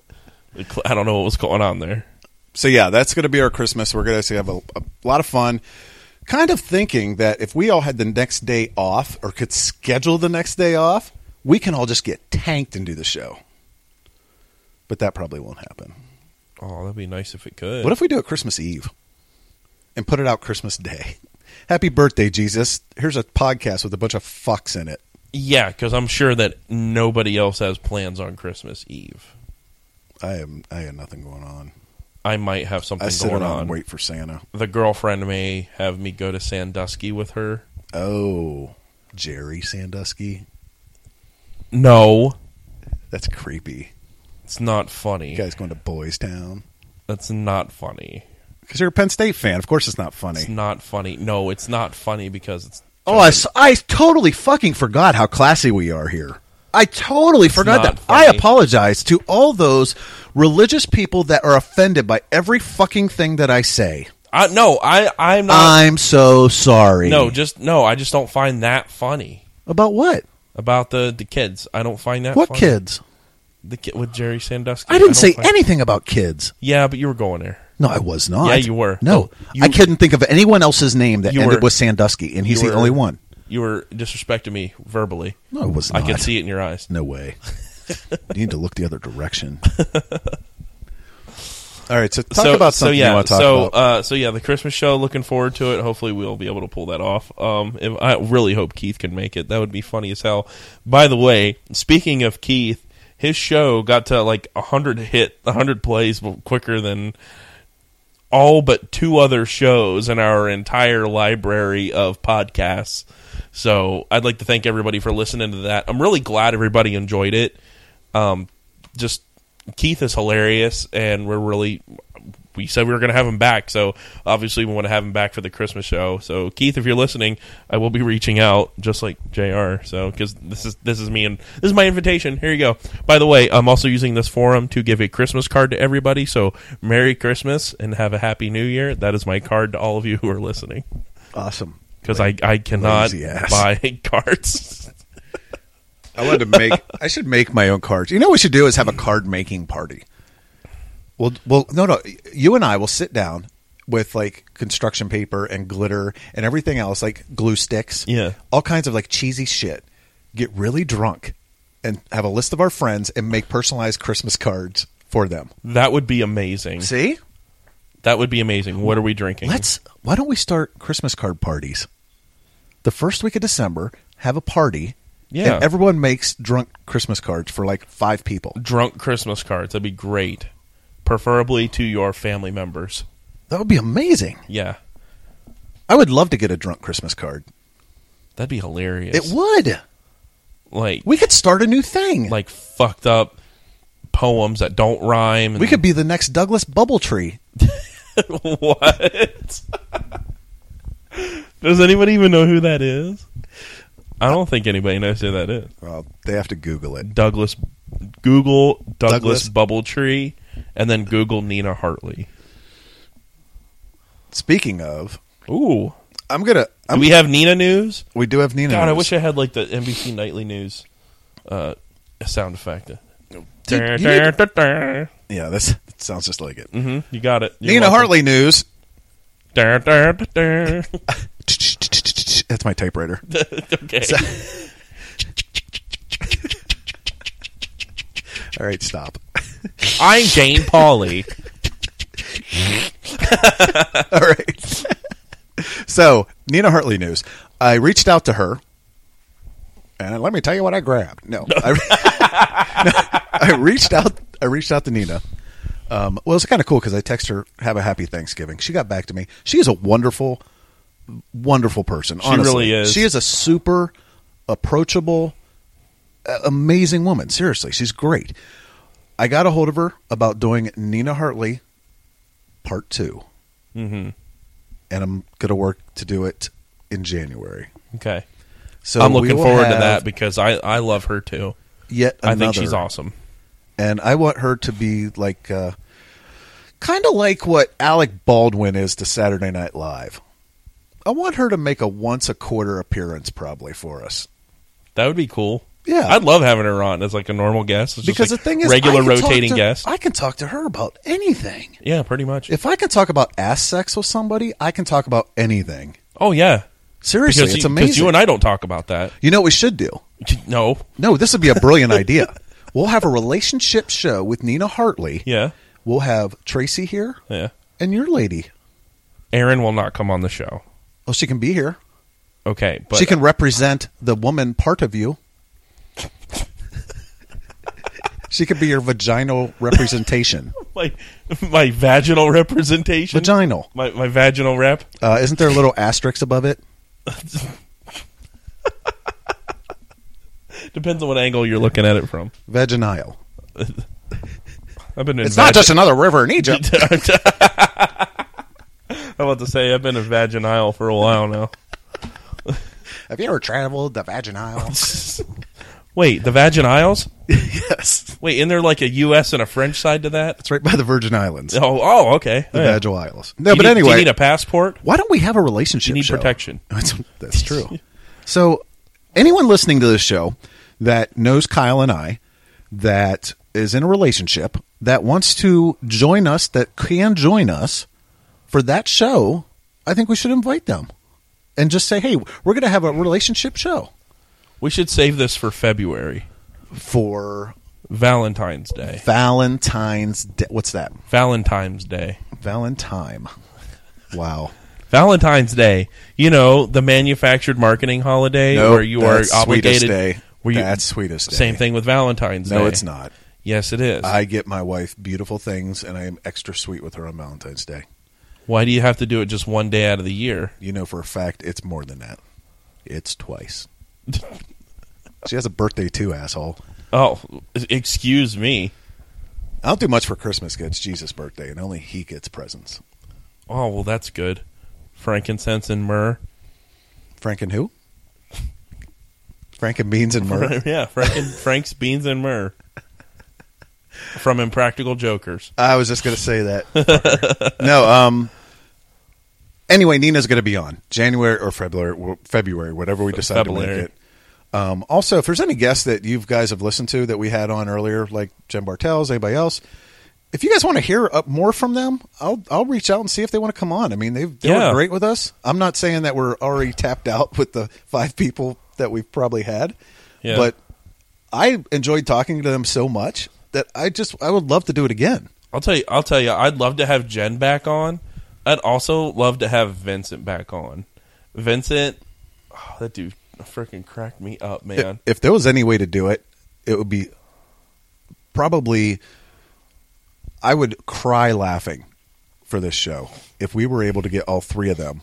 A: I don't know what was going on there.
D: So yeah, that's going to be our Christmas. We're going to have a, a lot of fun. Kind of thinking that if we all had the next day off or could schedule the next day off, we can all just get tanked and do the show. But that probably won't happen.
A: Oh, that'd be nice if it could.
D: What if we do it Christmas Eve and put it out Christmas Day? Happy birthday, Jesus. Here's a podcast with a bunch of fucks in it.
A: yeah, because I'm sure that nobody else has plans on Christmas Eve.
D: I am I had nothing going on.
A: I might have something
D: I sit
A: going
D: around
A: on.
D: and wait for Santa.
A: The girlfriend may have me go to Sandusky with her.
D: Oh, Jerry Sandusky.
A: No,
D: That's creepy.
A: it's not funny.
D: You guys going to Boys Town?
A: That's not funny.
D: Because you're a Penn State fan. Of course it's not
A: It's
D: funny.
A: not funny. No, it's not funny because it's
D: Oh, I, s- I totally fucking forgot how classy we are here. I totally forgot
A: not
D: that. I
A: funny.
D: apologize to all those religious people that are offended by every fucking thing that I say.
A: I, no. I I'm not.
D: I'm so sorry.
A: no, just no. I just don't find that funny
D: About what?
A: about the the kids. I don't find that.
D: What
A: funny.
D: kids?
A: The kid with Jerry Sandusky.
D: I didn't
A: don't
D: say
A: find-
D: anything about kids.
A: Yeah, but you were going there.
D: No, I was not.
A: Yeah, you were. Oh,
D: No,
A: You-
D: I couldn't think of anyone else's name that
A: You
D: ended
A: were.
D: with Sandusky, and he's
A: You
D: the
A: were-
D: only one.
A: You were disrespecting me verbally.
D: No, I was
A: I
D: not.
A: could see it in your eyes.
D: No way. you need to look the other direction. All right, so talk about something
A: yeah,
D: you want to talk
A: so,
D: about.
A: Uh, so yeah, the Christmas show. Looking forward to it. Hopefully, we'll be able to pull that off. Um, if- I really hope Keith can make it. That would be funny as hell. By the way, speaking of Keith, his show got to like hundred hit, hundred plays quicker than all but two other shows in our entire library of podcasts. So I'd like to thank everybody for listening to that. I'm really glad everybody enjoyed it. Um, just Keith is hilarious, and we're really we said we were going to have him back. So obviously we want to have him back for the Christmas show. So Keith, if you're listening, I will be reaching out just like Jr. So because this is this is me and this is my invitation. Here you go. By the way, I'm also using this forum to give a Christmas card to everybody. So Merry Christmas and have a Happy New Year. That is my card to all of you who are listening
D: awesome.
A: because I I cannot
D: Lazy ass.
A: buy cards.
D: I wanted to make. I should make my own cards. You know, what we should do is have a card making party. Well, well, no, no. You and I will sit down with like construction paper and glitter and everything else, like glue sticks.
A: Yeah.
D: all kinds of like cheesy shit. Get really drunk and have a list of our friends and make personalized Christmas cards for them.
A: That would be amazing.
D: See,
A: That would be amazing. What are we drinking?
D: Let's. Why don't we start Christmas card parties? the first week of December, have a party.
A: Yeah.
D: And everyone makes drunk Christmas cards for like five people.
A: Drunk Christmas cards. That'd be great. Preferably to your family members.
D: That would be amazing.
A: Yeah.
D: I would love to get a drunk Christmas card.
A: That'd be hilarious.
D: It would.
A: like
D: We could start a new thing.
A: like fucked up poems that don't rhyme. and-
D: we could be the next Douglas Bubble Tree.
A: what? Does anybody even know who that is? I don't think anybody knows who that is.
D: Well, they have to Google it.
A: Douglas, Google Douglas,
D: Douglas.
A: Bubbletree, and then Google Nina Hartley.
D: Speaking of,
A: Ooh,
D: I'm gonna.
A: do
D: I'm,
A: we have Nina news.
D: we do have Nina.
A: God, I
D: news.
A: wish I had like the NBC nightly news uh, sound effect.
D: Dude, you need- yeah, that's, that sounds just like it.
A: hmm You got it. You're
D: Nina
A: welcome.
D: Hartley news.
A: Dun, dun, dun, dun.
D: That's my typewriter.
A: okay.
D: All right, stop.
A: I'm Jane Pauley.
D: All right. so, Nina Hartley news. I reached out to her, and let me tell you what I grabbed. No, I, I reached out. I reached out to Nina. Um, well, it's kind of cool because I text her, "Have a happy Thanksgiving." She got back to me. She is a wonderful, wonderful person. She
A: really is.
D: She is a super approachable, a- amazing woman. Seriously, she's great. I got a hold of her about doing Nina Hartley Part 2
A: hmm
D: and I'm gonna work to do it in January.
A: Okay.
D: So
A: I'm
D: we
A: looking
D: will
A: forward to
D: have
A: that because I, I love her too.
D: Yet
A: I think
D: another,
A: she's awesome.
D: and I want her to be like, uh, kind of like what Alec Baldwin is to Saturday Night Live. I want her to make a once a quarter appearance, probably for us.
A: That would be cool.
D: Yeah.
A: I'd love having her on as like a normal guest. It's just
D: Oh. because
A: like
D: the thing is,
A: regular
D: I can talk
A: rotating
D: to-
A: guest.
D: I can talk to her about anything.
A: yeah, pretty much.
D: If I can talk about ass sex with somebody, I can talk about anything.
A: oh yeah,
D: Seriously,
A: you-
D: it's amazing.
A: you and I don't talk about that.
D: you know what we should do?
A: No.
D: No, this would be a brilliant idea. We'll have a relationship show with Nina Hartley.
A: Yeah.
D: We'll have Tracy here
A: Yeah.
D: and your lady.
A: Aaron will not come on the show.
D: Oh, she can be here.
A: Okay, but uh,
D: she can represent the woman part of you. she could be your vaginal representation.
A: my my vaginal representation,
D: vaginal.
A: my my vaginal rep.
D: Uh, isn't there a little asterisk above it?
A: Depends on what angle you're looking at it from.
D: Vaginile.
A: I've been in
D: It's not just another river in Egypt.
A: I'm about to say I've been a vaginile for a while now.
D: have you ever traveled the vaginile?
A: Wait, the Virgin Isles?
D: yes.
A: Wait, isn't there like a U.S. and a French side to that?
D: It's right by the Virgin Islands.
A: Oh, oh, okay.
D: The
A: Yeah.
D: Vaginal Isles. No,
A: You
D: but
A: need-
D: anyway.
A: do you need a passport?
D: Why don't we have a relationship?
A: You need
D: show?
A: protection.
D: That's, that's true. so, anyone listening to this show that knows Kyle and I, that is in a relationship, that wants to join us, that can join us for that show, I think we should invite them and just say, "Hey, we're going to have a relationship show
A: We should save this for February,
D: for
A: Valentine's Day.
D: Valentine's. Day. What's that?
A: Valentine's Day.
D: Valentine. Wow.
A: Valentine's Day. You know the manufactured marketing holiday
D: Nope,
A: where you are
D: that's
A: obligated.
D: Sweetest day.
A: Where you,
D: That's sweetest day.
A: Same thing with Valentine's Day.
D: No, it's not.
A: Yes, it is.
D: I get my wife beautiful things, and I am extra sweet with her on Valentine's Day.
A: Why do you have to do it just one day out of the year?
D: You know for a fact it's more than that. It's twice. she has a birthday too, asshole.
A: Oh, excuse me.
D: I don't do much for Christmas. 'cause It's Jesus' birthday, and only he gets presents.
A: Oh well, that's good. Frankincense and myrrh.
D: Frank and who? Frank and beans and myrrh.
A: yeah, Frank and, Frank's beans and myrrh from Impractical Jokers.
D: I was just gonna say that. fucker. no. Um. Anyway, Nina's gonna be on January or February, or February, whatever we decide to
A: February.
D: make it. Um, also, if there's any guests that you guys have listened to that we had on earlier, like Jen Bartels, anybody else, if you guys want to hear up more from them, I'll I'll reach out and see if they want to come on. I mean, they've they
A: Yeah.
D: were great with us. I'm not saying that we're already tapped out with the five people that we've probably had,
A: Yeah.
D: but I enjoyed talking to them so much that I just I would love to do it again.
A: I'll tell you. I'll tell you. I'd love to have Jen back on. I'd also love to have Vincent back on. Vincent oh, that dude freaking cracked me up, man.
D: If, if there was any way to do it, it would be probably. I would cry laughing for this show if we were able to get all three of them.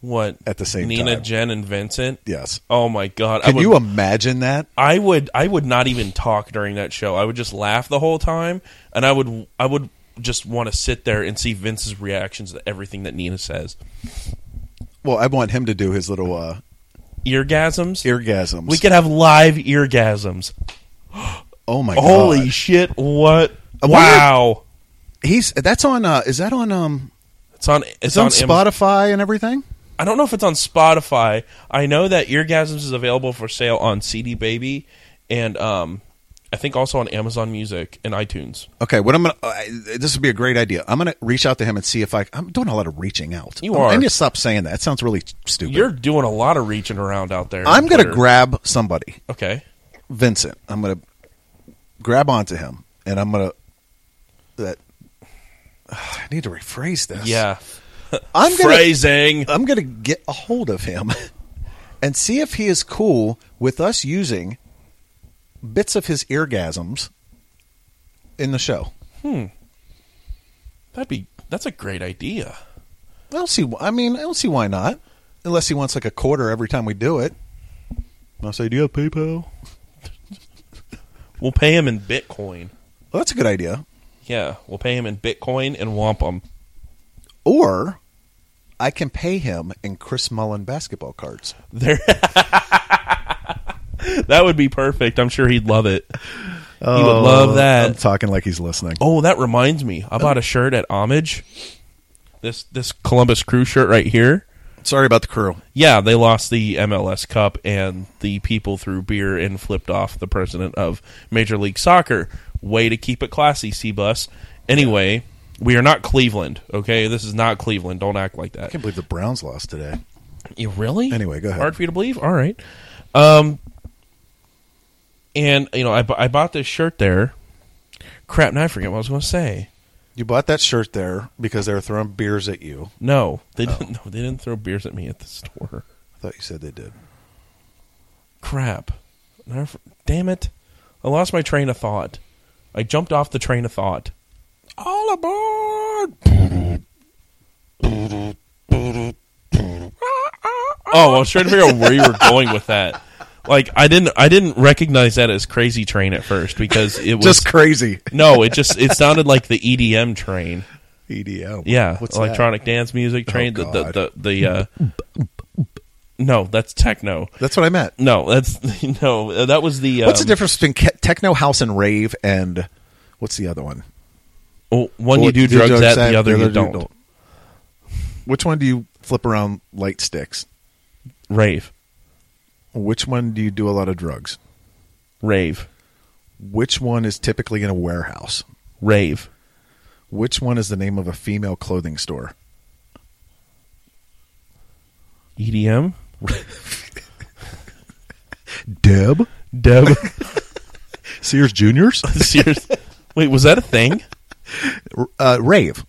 A: what
D: At the same
A: Nina,
D: time.
A: Jen, and Vincent.
D: Yes.
A: Oh my god! I
D: Can
A: would,
D: you imagine that?
A: I would I would not even talk during that show. I would just laugh the whole time, and I would I would just want to sit there and see Vince's reactions to everything that Nina says.
D: Well, I want him to do his little uh,
A: Eargasms.
D: orgasms.
A: we could have live eargasms.
D: oh my
A: Holy
D: God.
A: shit! What?
D: I wonder-
A: Wow!
D: He's that's on. Uh, is that on? Um,
A: It's on. It's,
D: it's on,
A: on Am-
D: Spotify and everything.
A: I don't know if it's on Spotify. I know that Eargasms is available for sale on CD Baby, and um, I think also on Amazon Music and iTunes.
D: Okay, what I'm gonna uh, I, this would be a great idea. I'm gonna reach out to him and see if I. I'm doing a lot of reaching out.
A: You
D: I
A: are.
D: need to stop saying that. That sounds really stupid.
A: You're doing a lot of reaching around out there.
D: I'm
A: on
D: gonna
A: Twitter.
D: grab somebody,
A: Okay.
D: Vincent. I'm gonna grab onto him, and I'm gonna that. I need to rephrase this.
A: Yeah.
D: I'm gonna
A: Phrasing.
D: I'm gonna get a hold of him and see if he is cool with us using bits of his eargasms in the show.
A: That'd be. That's a great idea.
D: I don't see. wh- I mean, I don't see why not, unless he wants like a quarter every time we do it. I'll say, do you have PayPal? Well,
A: We'll pay him in Bitcoin.
D: that's a good idea.
A: Yeah, we'll pay him in Bitcoin and wampum.
D: Or I can pay him in Chris Mullen basketball cards.
A: There. that would be perfect. I'm sure he'd love it. he would love that.
D: Oh, I'm talking like he's listening.
A: Oh, that reminds me. I bought a shirt at Homage. This this Columbus Crew shirt right here.
D: Sorry about the crew.
A: Yeah, they lost the MLS Cup and the people threw beer and flipped off the president of Major League Soccer. Way to keep it classy, C bus. Anyway, we are not Cleveland, okay? This is not Cleveland. Don't act like that.
D: I can't believe the Browns lost today.
A: You really?
D: Anyway, go ahead.
A: Hard for you to believe. All right. Um, and you know, I, bu- I bought this shirt there. Crap, now I forget what I was going to say.
D: You bought that shirt there because they were throwing beers at you.
A: No, they didn't. No, they didn't throw beers at me at the store.
D: I thought you said they did.
A: Crap! Now I f- Damn it! I lost my train of thought. I jumped off the train of thought. All aboard! Oh, I was trying to figure out where you were going with that. Like I didn't, I didn't recognize that as Crazy Train at first because it was
D: Just crazy.
A: no. It just it sounded like the EDM train.
D: EDM.
A: Yeah,
D: E What's that?
A: electronic dance music train. the the
D: God.
A: the, the uh, no, that's techno.
D: That's what I meant.
A: No, that's no. That was the. Um,
D: What's the difference between ke- techno house and rave and what's the other one?
A: oh, One you
D: Well,
A: do drugs, at, the other, you don't.
D: Which one do you flip around light sticks?
A: Rave,
D: Which one do you do a lot of drugs?
A: rave,
D: Which one is typically in a warehouse?
A: rave.
D: Which one is the name of a female clothing store?
A: EDM,
D: Deb?
A: Deb,
D: Sears Juniors?
A: Sears. Wait, was that a thing?
D: Uh, rave.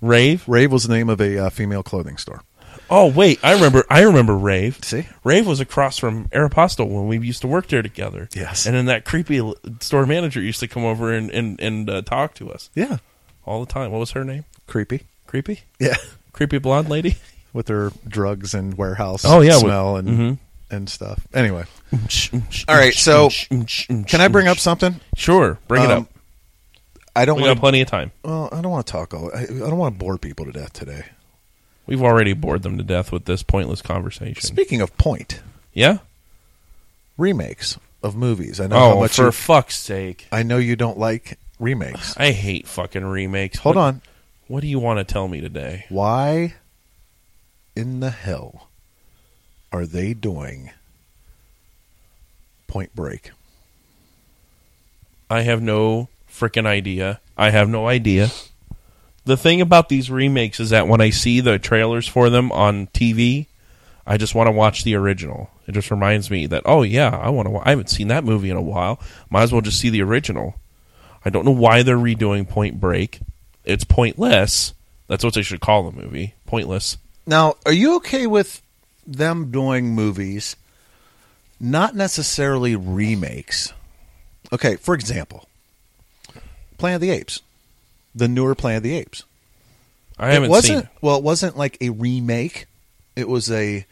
A: Rave.
D: Rave was the name of a uh, female clothing store.
A: Oh wait, I remember. I remember rave.
D: See?
A: rave was across from Aeropostale when we used to work there together.
D: Yes.
A: and then that creepy l- store manager used to come over and and and uh, talk to us
D: Yeah.
A: all the time. What was her name?
D: Creepy.
A: Creepy,
D: Yeah.
A: creepy blonde lady.
D: With her drugs and warehouse
A: Oh, yeah, with-
D: smell and,
A: mhm.
D: and stuff. Anyway. All right, so Can I bring up something?
A: Sure, bring it
D: Um,
A: up.
D: I don't
A: We got
D: want.
A: plenty of time.
D: Well, I don't want to talk all. I, I don't want to bore people to death today.
A: We've already bored them to death with this pointless conversation.
D: Speaking of point
A: yeah.
D: remakes of movies, I know how
A: Oh,
D: much.
A: for
D: you,
A: fuck's sake!
D: I know you don't like remakes.
A: I hate fucking remakes.
D: Hold
A: What-
D: on.
A: What do you want to tell me today?
D: Why in the hell are they doing Point Break?
A: I have no freaking idea. I have no idea. The thing about these remakes is that when I see the trailers for them on TV, I just want to watch the original. It just reminds me that oh yeah, I want to. I haven't seen that movie in a while. Might as well just see the original. I don't know why they're redoing Point Break. It's pointless. That's what they should call the movie. Pointless.
D: Now, are you okay with them doing movies, not necessarily remakes. Okay, for example, Planet of the Apes, the newer Planet of the Apes.
A: I haven't
D: it wasn't
A: seen.
D: well, it wasn't like a remake. It was a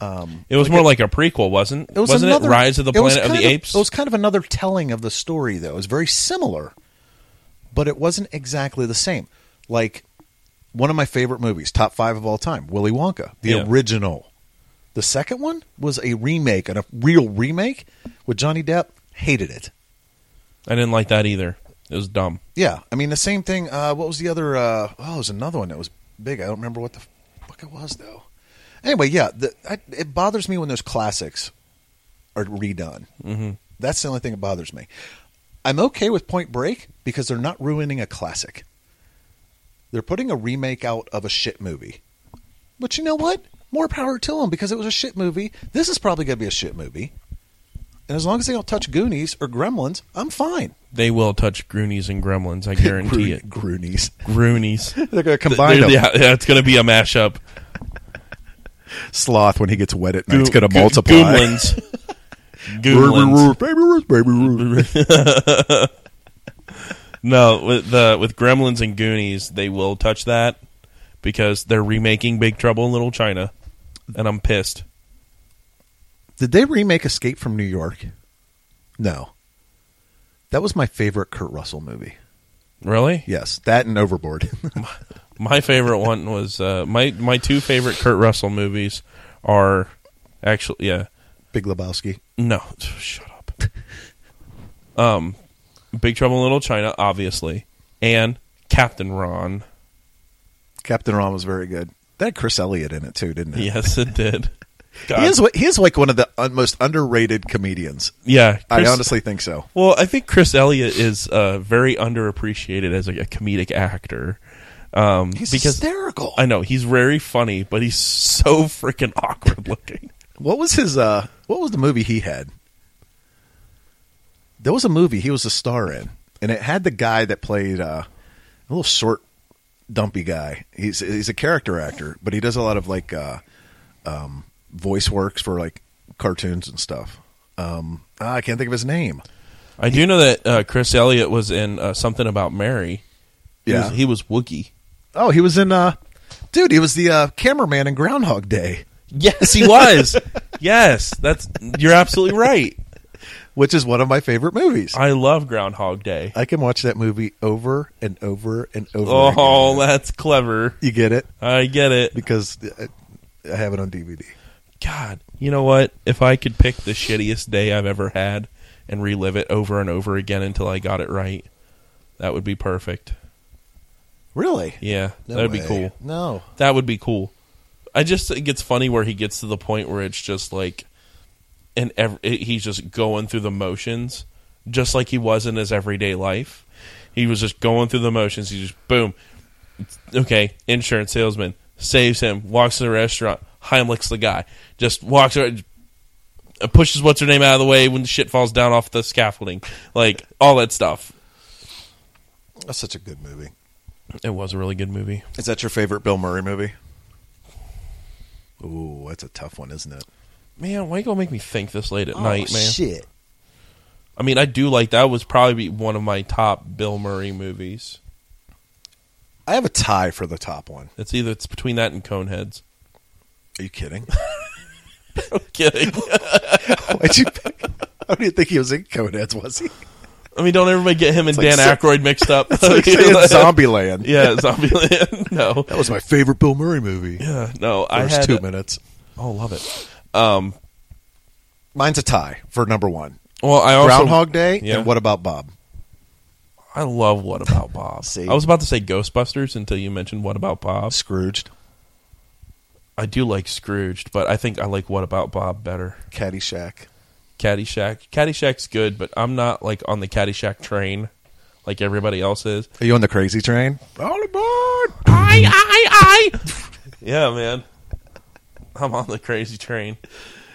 D: um,
A: It was more like a prequel, wasn't?
D: it was
A: not
D: another
A: it Rise of the
D: it was
A: Planet of the
D: kind
A: Apes?
D: It was kind of another telling of the story, though. It was very similar, but it wasn't exactly the same. Like one of my favorite movies, top five of all time, Willy Wonka, the
A: Yeah.
D: original. The second one was a remake, and a real remake with Johnny Depp. Hated it.
A: I didn't like that either. It was dumb.
D: Yeah, I mean the same thing. Uh, what was the other? Uh, oh, it was another one that was big. I don't remember what the fuck it was though. Anyway, yeah, the, I, it bothers me when those classics are redone. Mm-hmm. That's the only thing that bothers me. I'm okay with Point Break because they're not ruining a classic. They're putting a remake out of a shit movie. But you know what? More power to them because it was a shit movie. This is probably going to be a shit movie. And as long as they don't touch Goonies or Gremlins, I'm fine.
A: They will touch Groonies and Gremlins. I guarantee it.
D: Groonies.
A: Groonies.
D: They're going to combine them.
A: yeah, yeah, it's going to be a mashup.
D: Sloth when he gets wet at night, it's
A: Goo-
D: going to
A: goo-
D: multiply.
A: Goomlins.
D: Baby
A: Goomlins.
D: Ruth, baby Ruth, baby Ruth.
A: No, with the with Gremlins and Goonies, they will touch that because they're remaking Big Trouble in Little China, and I'm pissed.
D: Did they remake Escape from New York? No. That was my favorite Kurt Russell movie.
A: Really,
D: Yes, that and Overboard.
A: my favorite one was uh, my my two favorite Kurt Russell movies are actually yeah
D: Big Lebowski.
A: no shut up um Big Trouble in Little China obviously and Captain Ron
D: Captain Ron was very good. That had Chris Elliott in it too, didn't it?
A: yes it did
D: He
A: God.
D: is, what- he is like one of the un- most underrated comedians.
A: yeah Chris-
D: I honestly think so.
A: Well, I think Chris Elliott is uh, very underappreciated as like, a comedic actor. Um,
D: He's
A: because
D: hysterical.
A: I know he's very funny, but he's so freaking awkward looking.
D: What was his? uh What was the movie he had? There was a movie he was a star in, and it had the guy that played uh, a little short, dumpy guy. He's he's a character actor, but he does a lot of like uh, um, voice works for like cartoons and stuff. Um, ah, I can't think of his name.
A: I do know that uh, Chris Elliott was in uh, something about Mary. He
D: Yeah.
A: was, he was Wookie.
D: Oh, he was in. Uh, dude, he was the uh, cameraman in Groundhog Day,
A: Yes, he was. yes, that's you're absolutely right.
D: which is one of my favorite movies.
A: I love Groundhog Day.
D: I can watch that movie over and over and over.
A: Oh,
D: again.
A: that's clever.
D: you get it.
A: I get it.
D: because I, I have it on DVD.
A: God, you know what? If I could pick the shittiest day I've ever had and relive it over and over again until I got it right, that would be perfect.
D: Really?
A: Yeah, that would be cool.
D: No.
A: That would be cool. I just it gets funny where he gets to the point where it's just like, and ev- it- he's just going through the motions, just like he was in his everyday life. He was just going through the motions. He just boom, okay, insurance salesman saves him, walks to the restaurant. Heimlich's the guy, just walks around, uh, pushes what's her name out of the way when the shit falls down off the scaffolding, like all that stuff.
D: That's such a good movie.
A: It was a really good movie.
D: Is that your favorite Bill Murray movie? Ooh, that's a tough one, isn't it?
A: Man, why you gonna make me think this late
D: Oh,
A: at night, man?
D: Shit.
A: I mean, I do like that. Was probably one of my top Bill Murray movies.
D: I have a tie for the top one.
A: It's either it's between that and Coneheads.
D: Are you kidding?
A: Kidding.
D: Why'd you pick? I didn't think he was in Coneheads, was he?
A: I mean, don't everybody get him and
D: like
A: Dan
D: so-
A: Aykroyd mixed up.
D: Like saying Zombieland.
A: yeah, Zombieland. no,
D: That was my favorite Bill Murray movie.
A: yeah, no. I
D: First
A: had
D: two minutes.
A: oh, love it. Um,
D: Mine's a tie for number one.
A: well, I also
D: Groundhog Day
A: Oh, Yeah.
D: and What About Bob?
A: I love What About Bob.
D: See?
A: I was about to say Ghostbusters until you mentioned What About Bob.
D: Scrooged,
A: I do like Scrooged, but I think I like What About Bob better.
D: Caddyshack.
A: Caddyshack. Caddyshack's good, but I'm not like on the Caddyshack train like everybody else is.
D: Are you on the crazy train? All aboard!
A: I, I, I. yeah, man. I'm on the crazy train.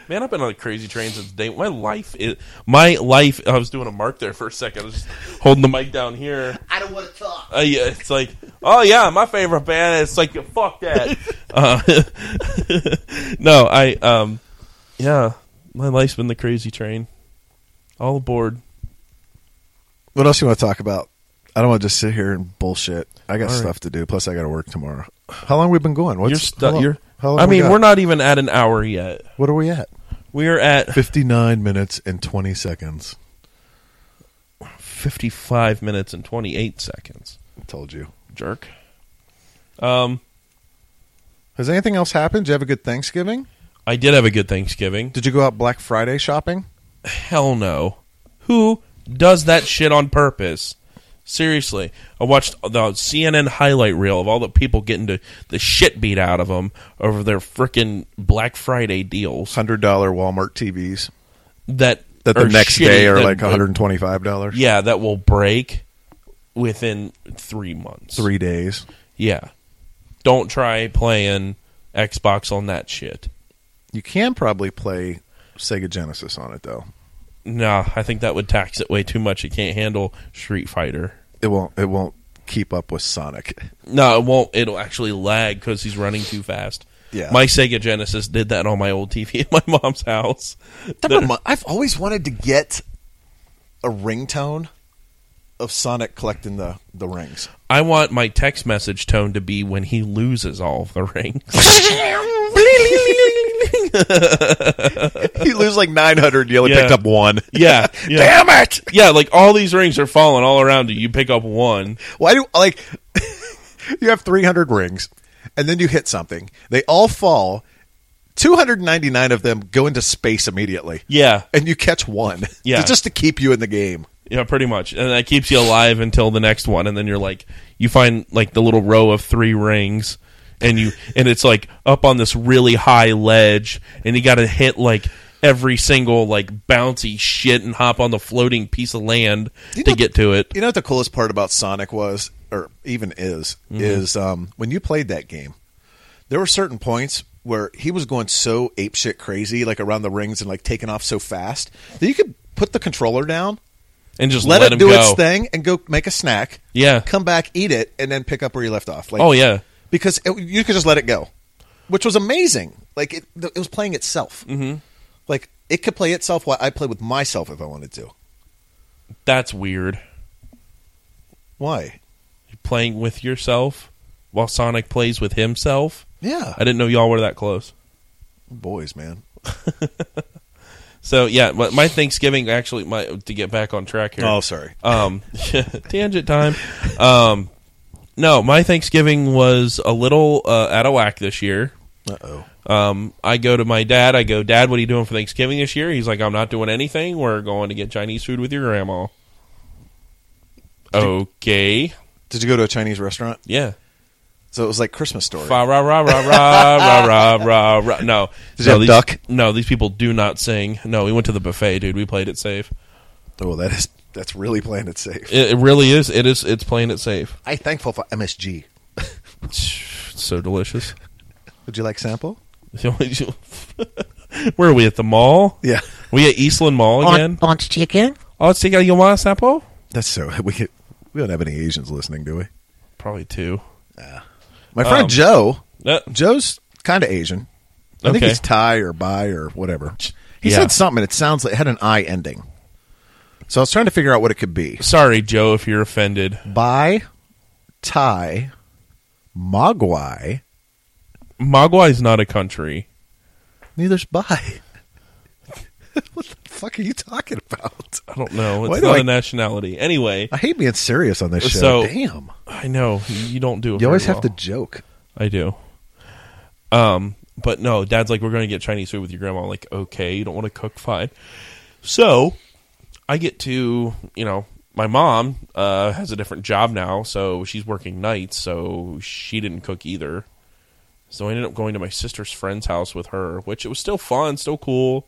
A: Man, I've been on a crazy train since day. My life is my life. I was doing a mark there for a second. I was just holding the mic down here.
E: I don't want to talk.
A: Uh, yeah, it's like, oh yeah, my favorite band. It's like, fuck that. uh, no, I um, yeah, my life's been the crazy train. All aboard.
D: What else you want to talk about? I don't want to just sit here and bullshit. I got
A: All right.
D: stuff to do. Plus, I got to work tomorrow. How long we been going? What's
A: You're stu-
D: how long-
A: you're-
D: how long
A: I
D: we
A: mean,
D: got?
A: we're not even at an hour yet.
D: What are we at?
A: We are at
D: Fifty nine minutes and twenty seconds.
A: fifty-five minutes and twenty-eight seconds.
D: Told you.
A: Jerk. Um,
D: Has anything else happened? Did you have a good Thanksgiving?
A: I did have a good Thanksgiving.
D: Did you go out Black Friday shopping?
A: Hell no. Who does that shit on purpose? Seriously, I watched the CNN highlight reel of all the people getting to the shit beat out of them over their frickin' Black Friday deals
D: Hundred dollar Walmart TVs
A: that
D: that the
A: are
D: next
A: shitty,
D: day are
A: that-
D: like one hundred and twenty five dollars.
A: Yeah, that will break within three months.
D: three days.
A: Yeah, don't try playing Xbox on that shit.
D: You can probably play Sega Genesis on it though.
A: Nah, I think that would tax it way too much. It can't handle Street Fighter.
D: It won't. It won't keep up with Sonic.
A: No, it won't. It'll actually lag because he's running too fast.
D: Yeah.
A: My Sega Genesis did that on my old TV at my mom's house.
D: That remi- I've always wanted to get a ringtone of Sonic collecting the, the rings.
A: I want my text message tone to be when he loses all of the rings.
D: he loses like 900. You only
A: Yeah.
D: picked up one.
A: yeah, yeah,
D: Damn it!
A: yeah. Like all these rings are falling all around you. You pick up one.
D: Why do like you have 300 rings, and then you hit something? They all fall. 299 of them go into space immediately,
A: Yeah,
D: and you catch one.
A: Yeah.
D: just to keep you in the game.
A: yeah, pretty much, and that keeps you alive until the next one, and then you're like, you find like the little row of three rings. And you and it's like up on this really high ledge, and you got to hit like every single like bouncy shit and hop on the floating piece of land
D: You
A: to
D: know-
A: get to it.
D: You know what the coolest part about Sonic was, or even is,
A: Mm-hmm.
D: is um, when you played that game. There were certain points where he was going so apeshit crazy, like around the rings and like taking off so fast that you could put the controller down,
A: and just
D: let,
A: let,
D: it
A: him
D: do
A: go.
D: its thing, and go make a snack.
A: Yeah.
D: come back, eat it, and then pick up where you left off. Like,
A: Oh yeah,
D: because it, you could just let it go, which was amazing. Like it, it was playing itself. Mm-hmm. Like it could play itself while I play with myself if I wanted to.
A: that's weird.
D: Why?
A: Playing with yourself while Sonic plays with himself.
D: Yeah,
A: I didn't know y'all were that close.
D: boys, man.
A: So yeah, my, my Thanksgiving actually. My to get back on track here.
D: Oh, sorry.
A: um, tangent time. Um, no, my Thanksgiving was a little uh, out of whack this year.
D: Uh oh.
A: Um, I go to my dad. I go, Dad, what are you doing for Thanksgiving this year? He's like, I'm not doing anything. We're going to get Chinese food with your grandma. Okay.
D: Did you go to a Chinese restaurant?
A: Yeah.
D: So it was like Christmas story.
A: Fa ra ra ra ra ra ra ra ra. No,
D: Does it
A: no,
D: have
A: these,
D: duck?
A: No, these people do not sing. No, we went to the buffet, dude. We played it safe.
D: Oh, that is that's really playing it safe.
A: It, it really is. It is. It's playing it safe.
D: I thankful for MSG.
A: It's so delicious.
D: Would you like sample?
A: Where are we at the mall?
D: Yeah,
A: We at Eastland Mall again.
E: Orange chicken?
A: Oh, it's you want a sample?
D: that's so we get, we don't have any Asians listening, do we?
A: Probably two.
D: My friend
A: Um,
D: Joe,
A: Uh,
D: Joe's kind of Asian. I think
A: Okay.
D: he's Thai or Bi or whatever. He
A: Yeah.
D: said something. It sounds like it had an I ending. So I was trying to figure out what it could be.
A: sorry, Joe, if you're offended.
D: Bi, Thai, Mogwai.
A: Mogwai's not a country.
D: Neither's Bi. what the fuck are you talking about?
A: I don't know. It's
D: Why do
A: not a
D: I-
A: nationality. Anyway,
D: I hate being serious on this show.
A: So-
D: Damn.
A: I know you don't do. it
D: You always
A: very
D: have
A: well.
D: to joke.
A: I do. Um, but no, dad's like, we're going to get Chinese food with your grandma. I'm like, okay, you don't want to cook, fine. So I get to, you know, my mom uh, has a different job now, so she's working nights, so she didn't cook either. So I ended up going to my sister's friend's house with her, which it was still fun, still cool,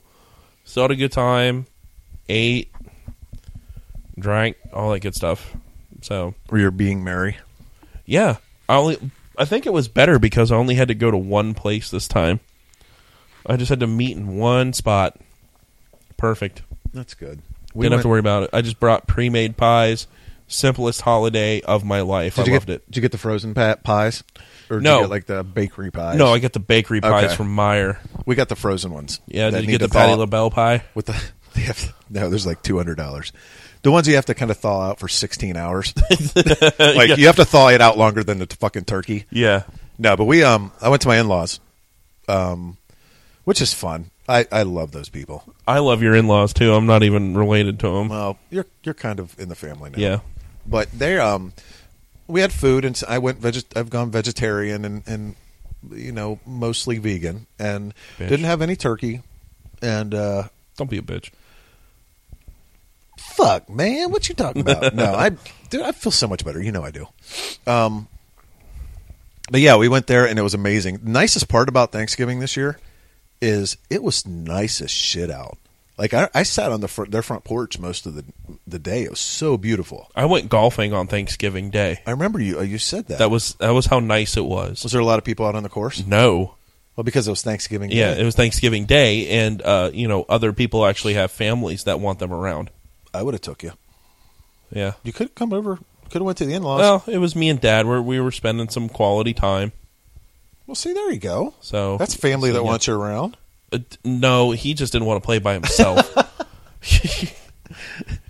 A: still had a good time, ate, drank, all that good stuff. So
D: Or you're being merry.
A: yeah, I only I think it was better because I only had to go to one place this time. I just had to meet in one spot. Perfect.
D: That's good.
A: We Didn't have to worry about it. I just brought pre-made pies. Simplest holiday of my life.
D: Did
A: I
D: you
A: loved
D: get,
A: it.
D: Did you get the frozen pa- pies? Or did
A: No.
D: you get like the bakery pies?
A: No, I get the bakery pies
D: Okay.
A: from Meyer.
D: we got the frozen ones.
A: Yeah, did
D: that
A: you
D: need
A: get the
D: to thaw-
A: Patty LaBelle pie?
D: with the they have no there's like $200 the ones you have to kind of thaw out for 16 hours like you have to thaw it out longer than the t- fucking turkey
A: Yeah.
D: no but we um i went to my in-laws um which is fun i i love those people
A: I love your in-laws too. I'm not even related to them.
D: well you're you're kind of in the family now
A: Yeah.
D: but they um we had food and s- i went veget i've gone vegetarian and and you know mostly vegan and
A: Bitch.
D: didn't have any turkey and uh
A: Don't be a bitch.
D: fuck, man, what you talking about? no, I, dude, I feel so much better. You know I do. Um, but yeah, we went there and it was amazing. Nicest part about Thanksgiving this year is it was nice as shit out. Like I, I sat on the front, their front porch most of the the day. It was so beautiful.
A: I went golfing on Thanksgiving Day.
D: I remember you uh, you said that.
A: That was that was how nice it was.
D: was there a lot of people out on the course?
A: No.
D: Well, because it was Thanksgiving.
A: Yeah,
D: Day,
A: it was Thanksgiving Day and uh, you know, other people actually have families that want them around.
D: I would have took you.
A: Yeah.
D: You could have come over. Could have went to the in laws.
A: Well, it was me and dad where we were spending some quality time.
D: well, see, there you go.
A: So
D: That's family
A: so,
D: that
A: yeah.
D: wants you around.
A: Uh, d- no, he just didn't want to play by himself.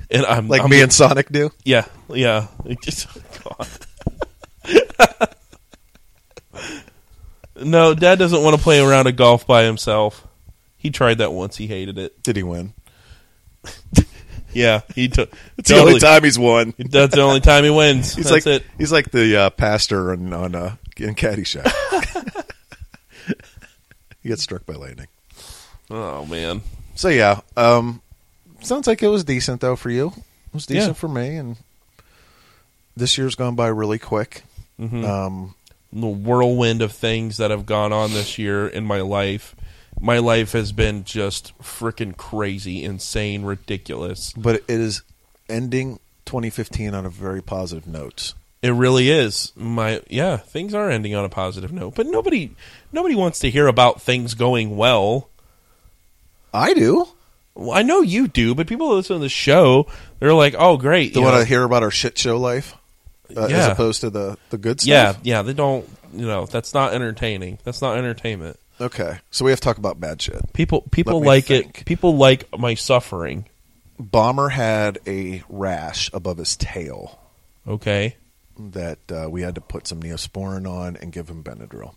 A: and I'm
D: Like
A: I'm-
D: me and Sonic do.
A: Yeah, yeah. It just- God. no, Dad doesn't want to play around a golf by himself. He tried that once. He hated it.
D: Did he win?
A: Yeah, he took.
D: It's the only time he's won.
A: That's the only time he wins.
D: He's
A: That's
D: like
A: it.
D: he's like the uh, pastor on, on uh, in Caddyshack. he gets struck by lightning.
A: Oh man.
D: So yeah, um, sounds like it was decent though for you. It was decent
A: Yeah.
D: for me, and this year's gone by really quick.
A: Mm-hmm.
D: Um,
A: the whirlwind of things that have gone on this year in my life. My life has been just freaking crazy, insane, ridiculous.
D: but it is ending 2015 on a very positive note.
A: It really is. My yeah, things are ending on a positive note, but nobody nobody wants to hear about things going well.
D: I do.
A: Well, I know you do, but people that listen to the show, they're like, "Oh, great!"
D: They
A: you
D: want
A: know.
D: to hear about our shit show life, uh, as
A: Yeah.
D: opposed to the the good stuff.
A: yeah, yeah. They don't. You know, that's not entertaining. That's not entertainment.
D: Okay, so we have to talk about bad shit.
A: People people
D: me
A: like
D: think.
A: it. People like my suffering.
D: Bomber had a rash above his tail
A: Okay.
D: that uh, we had to put some neosporin on and give him Benadryl.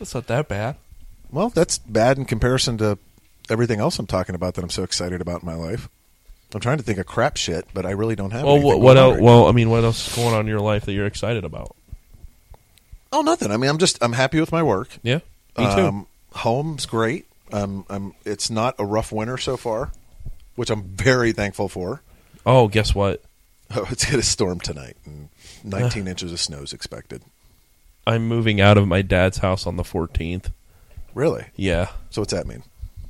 A: That's not that bad.
D: Well, that's bad in comparison to everything else I'm talking about that I'm so excited about in my life. I'm trying to think of crap shit, but I really don't have.
A: Well,
D: anything
A: what, what
D: going on
A: else?
D: right now.
A: Well, I mean, what else is going on in your life that you're excited about?
D: oh, nothing. I mean, I'm just I'm happy with my work.
A: Yeah, me too.
D: Um, home's great. Um, I'm, it's not a rough winter so far, which I'm very thankful for.
A: oh, guess what?
D: Oh, it's gonna storm tonight, and 19 inches of snow is expected.
A: I'm moving out of my dad's house on the 14th.
D: Really?
A: Yeah,
D: So what's that mean?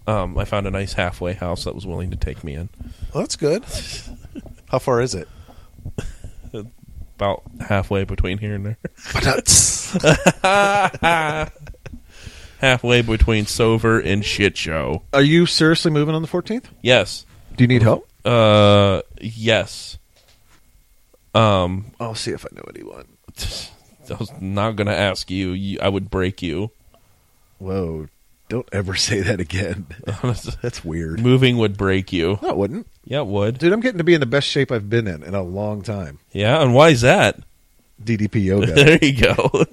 A: um, I found a nice halfway house that was willing to take me in.
D: Well, that's good. How far is it?
A: About halfway between here and there. halfway between Sover and Shit Show.
D: Are you seriously moving on the 14th?
A: Yes.
D: Do you need help?
A: Uh, yes. Um,
D: I'll see if I know anyone.
A: I was not gonna ask you. you I would break you.
D: Whoa! Don't ever say that again. That's weird.
A: Moving would break you.
D: No, it wouldn't,
A: Yeah, it would.
D: dude. I'm getting to be in the best shape I've been in in a long time.
A: Yeah, and why is that?
D: DDP yoga.
A: There you go.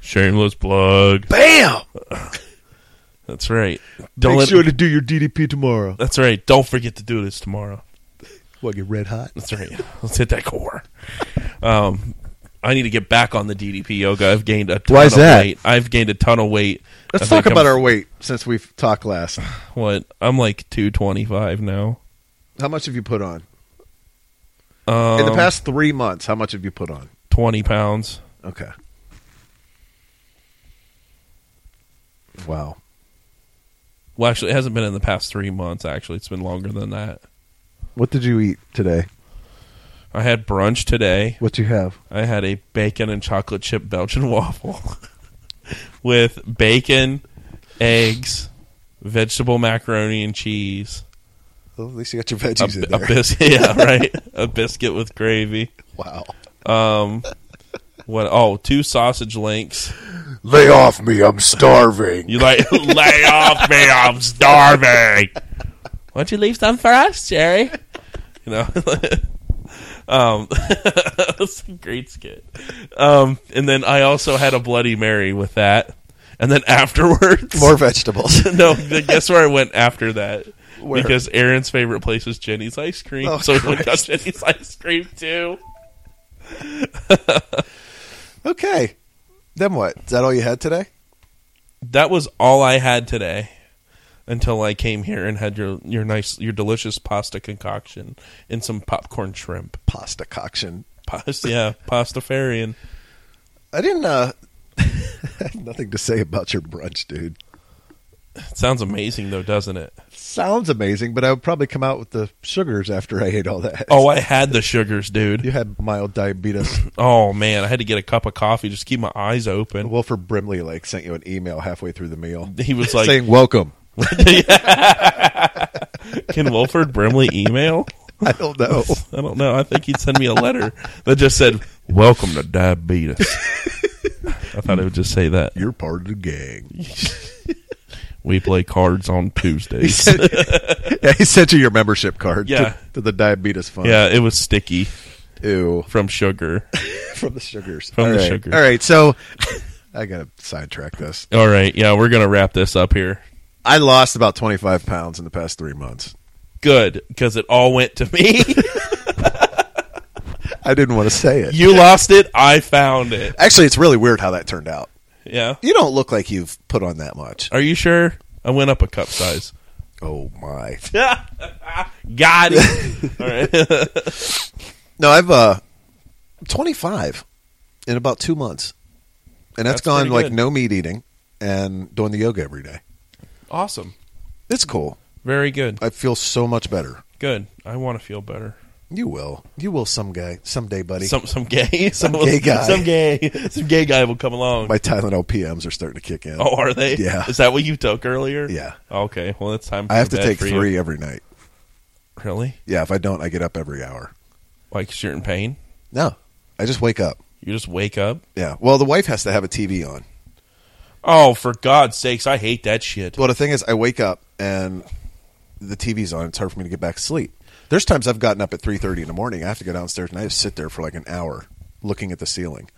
A: Shameless plug.
D: Bam!
A: That's right. Don't
D: Make
A: let,
D: sure to do your DDP tomorrow.
A: That's right. Don't forget to do this tomorrow.
D: What? Get red hot.
A: That's right. Let's hit that core. Um, I need to get back on the DDP yoga. I've gained a ton
D: Why is
A: of
D: that?
A: weight. I've gained a ton of weight.
D: Let's
A: I
D: talk
A: think
D: about
A: I'm-
D: our weight since we've talked last.
A: what I'm like 225 now.
D: How much have you put on
A: Um,
D: in the past three months? How much have you put on?
A: 20 pounds.
D: Okay. Wow.
A: Well, actually, it hasn't been in the past three months. Actually, it's been longer than that.
D: What did you eat today?
A: I had brunch today.
D: What you have?
A: I had a bacon and chocolate chip Belgian waffle with bacon, eggs, vegetable macaroni and cheese,
D: Well, at least you got your
A: a,
D: veggies in
A: a
D: there.
A: biscuit, yeah, right, a biscuit with gravy.
D: Wow.
A: What? Oh, two sausage links.
D: Lay off me. I'm starving.
A: You like lay off me? I'm starving. Why don't you leave some for us, Jerry? You know, um, that's a great skit. Um, and then I also had a Bloody Mary with that, and then afterwards,
D: More vegetables.
A: no, th- guess where I went after that?
D: Where?
A: Because Aaron's favorite place is Jenny's ice cream,
D: Oh,
A: so we went to
D: Christ.
A: Jenny's ice cream too.
D: okay. Then what? Is that all you had today?
A: That was all I had today until I came here and had your your nice your delicious pasta concoction and some popcorn shrimp.
D: Pasta coction.
A: Pasta, yeah, pastafarian.
D: I didn't. uh I had Nothing to say about your brunch, dude.
A: It sounds amazing though, doesn't it?
D: Sounds amazing, but I would probably come out with the sugars after I ate all that.
A: Oh, I had the sugars, dude.
D: you had mild diabetes.
A: Oh man, I had to get a cup of coffee just to keep my eyes open.
D: Wilford Brimley like sent you an email halfway through the meal
A: He was like,
D: saying, "Welcome."
A: "Can Wilford Brimley email?"
D: I don't know.
A: I don't know. I think he'd send me a letter that just said, "Welcome to diabetes." I thought it would just say that.
D: You're part of the gang.
A: We play cards on Tuesdays.
D: yeah, he sent you your membership card. to-
A: Yeah.
D: To, the diabetes fund.
A: yeah, it was sticky
D: Ew.
A: from sugar.
D: From the sugars.
A: From the
D: right.
A: sugars.
D: All right. So I gotta sidetrack this.
A: All right, yeah, we're gonna wrap this up here.
D: I lost about 25 pounds in the past three months.
A: Good, because it all went to me.
D: I didn't want to say it.
A: you lost it. I found it.
D: Actually, it's really weird how that turned out.
A: Yeah.
D: You don't look like you've put on that much.
A: Are you sure? I went up a cup size.
D: Oh my.
A: Got it. all right.
D: No, I've uh 25 in about 2 months. And
A: That's
D: that's gone
A: pretty
D: like
A: good.
D: no meat eating and doing the yoga every day.
A: Awesome.
D: It's cool.
A: Very good.
D: I feel so much better.
A: Good. I want to feel better.
D: You will. You will some guy someday, buddy.
A: Some some gay some
D: gay guy.
A: some gay some gay guy will come along.
D: My Tylenol PMs are starting to kick in.
A: Oh, are they?
D: Yeah.
A: Is that what you took earlier?
D: Yeah.
A: Okay. Well, it's time. For
D: I have to
A: bed
D: take
A: for you.
D: 3 every night.
A: Really?
D: Yeah, if I don't, I get up every hour.
A: Like 'cause you're in pain?
D: No. I just wake up.
A: You just wake up?
D: Yeah. Well, the wife has to have a TV on.
A: Oh, for God's sakes! I hate that shit.
D: Well, the thing is, I wake up and the TV's on. It's hard for me to get back to sleep. There's times I've gotten up at 3:30 in the morning. I have to go downstairs and I just sit there for like an hour looking at the ceiling,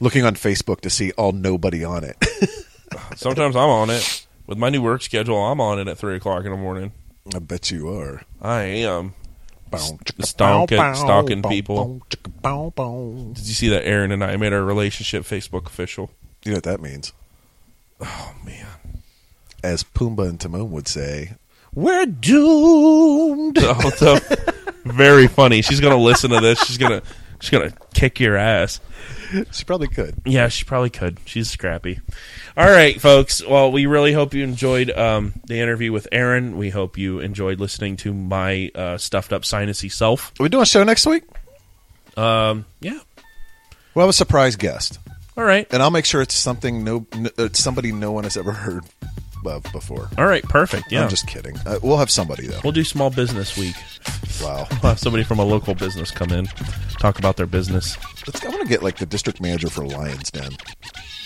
D: looking on Facebook to see all nobody on it.
A: Sometimes I'm on it with my new work schedule. I'm on it at three o'clock in the morning.
D: I bet you are.
A: I am.
D: Bow, chicka,
A: stalking-
D: bow, bow,
A: stalking
D: bow,
A: people.
D: bow, chicka, bow, bow.
A: Did you see that Aaron and I made our relationship Facebook official?
D: You know what that means?
A: Oh man!
D: As Pumbaa and Timon would say, "We're doomed."
A: Oh, so- very funny. She's gonna listen to this. She's gonna she's gonna kick your ass.
D: she probably could.
A: Yeah, she probably could. She's scrappy. All right, folks. Well, we really hope you enjoyed um, the interview with Aaron. We hope you enjoyed listening to my uh, stuffed up sinusy self.
D: Are we doing a show next week?
A: Um, yeah.
D: We'll have a surprise guest.
A: All right.
D: and I'll make sure it's something no, n uh, somebody no one has ever heard of before.
A: All right. Perfect. Yeah.
D: I'm just kidding. Uh, we'll have somebody though.
A: We'll do small business week.
D: Wow,
A: We'll have somebody from a local business come in, talk about their business.
D: Let's, I want to get like the district manager for Lions Den.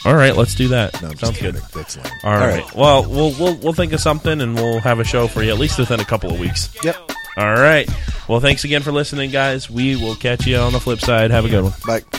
A: All right, let's do that.
D: No, I'm just
A: Sounds
D: kidding.
A: good.
D: That's lame.
A: All right. Well, we'll we'll we'll think of something and we'll have a show for you at least within a couple of weeks.
D: Yep.
A: All right. Well, thanks again for listening, guys. We will catch you on the flip side. Have a good one.
D: Bye.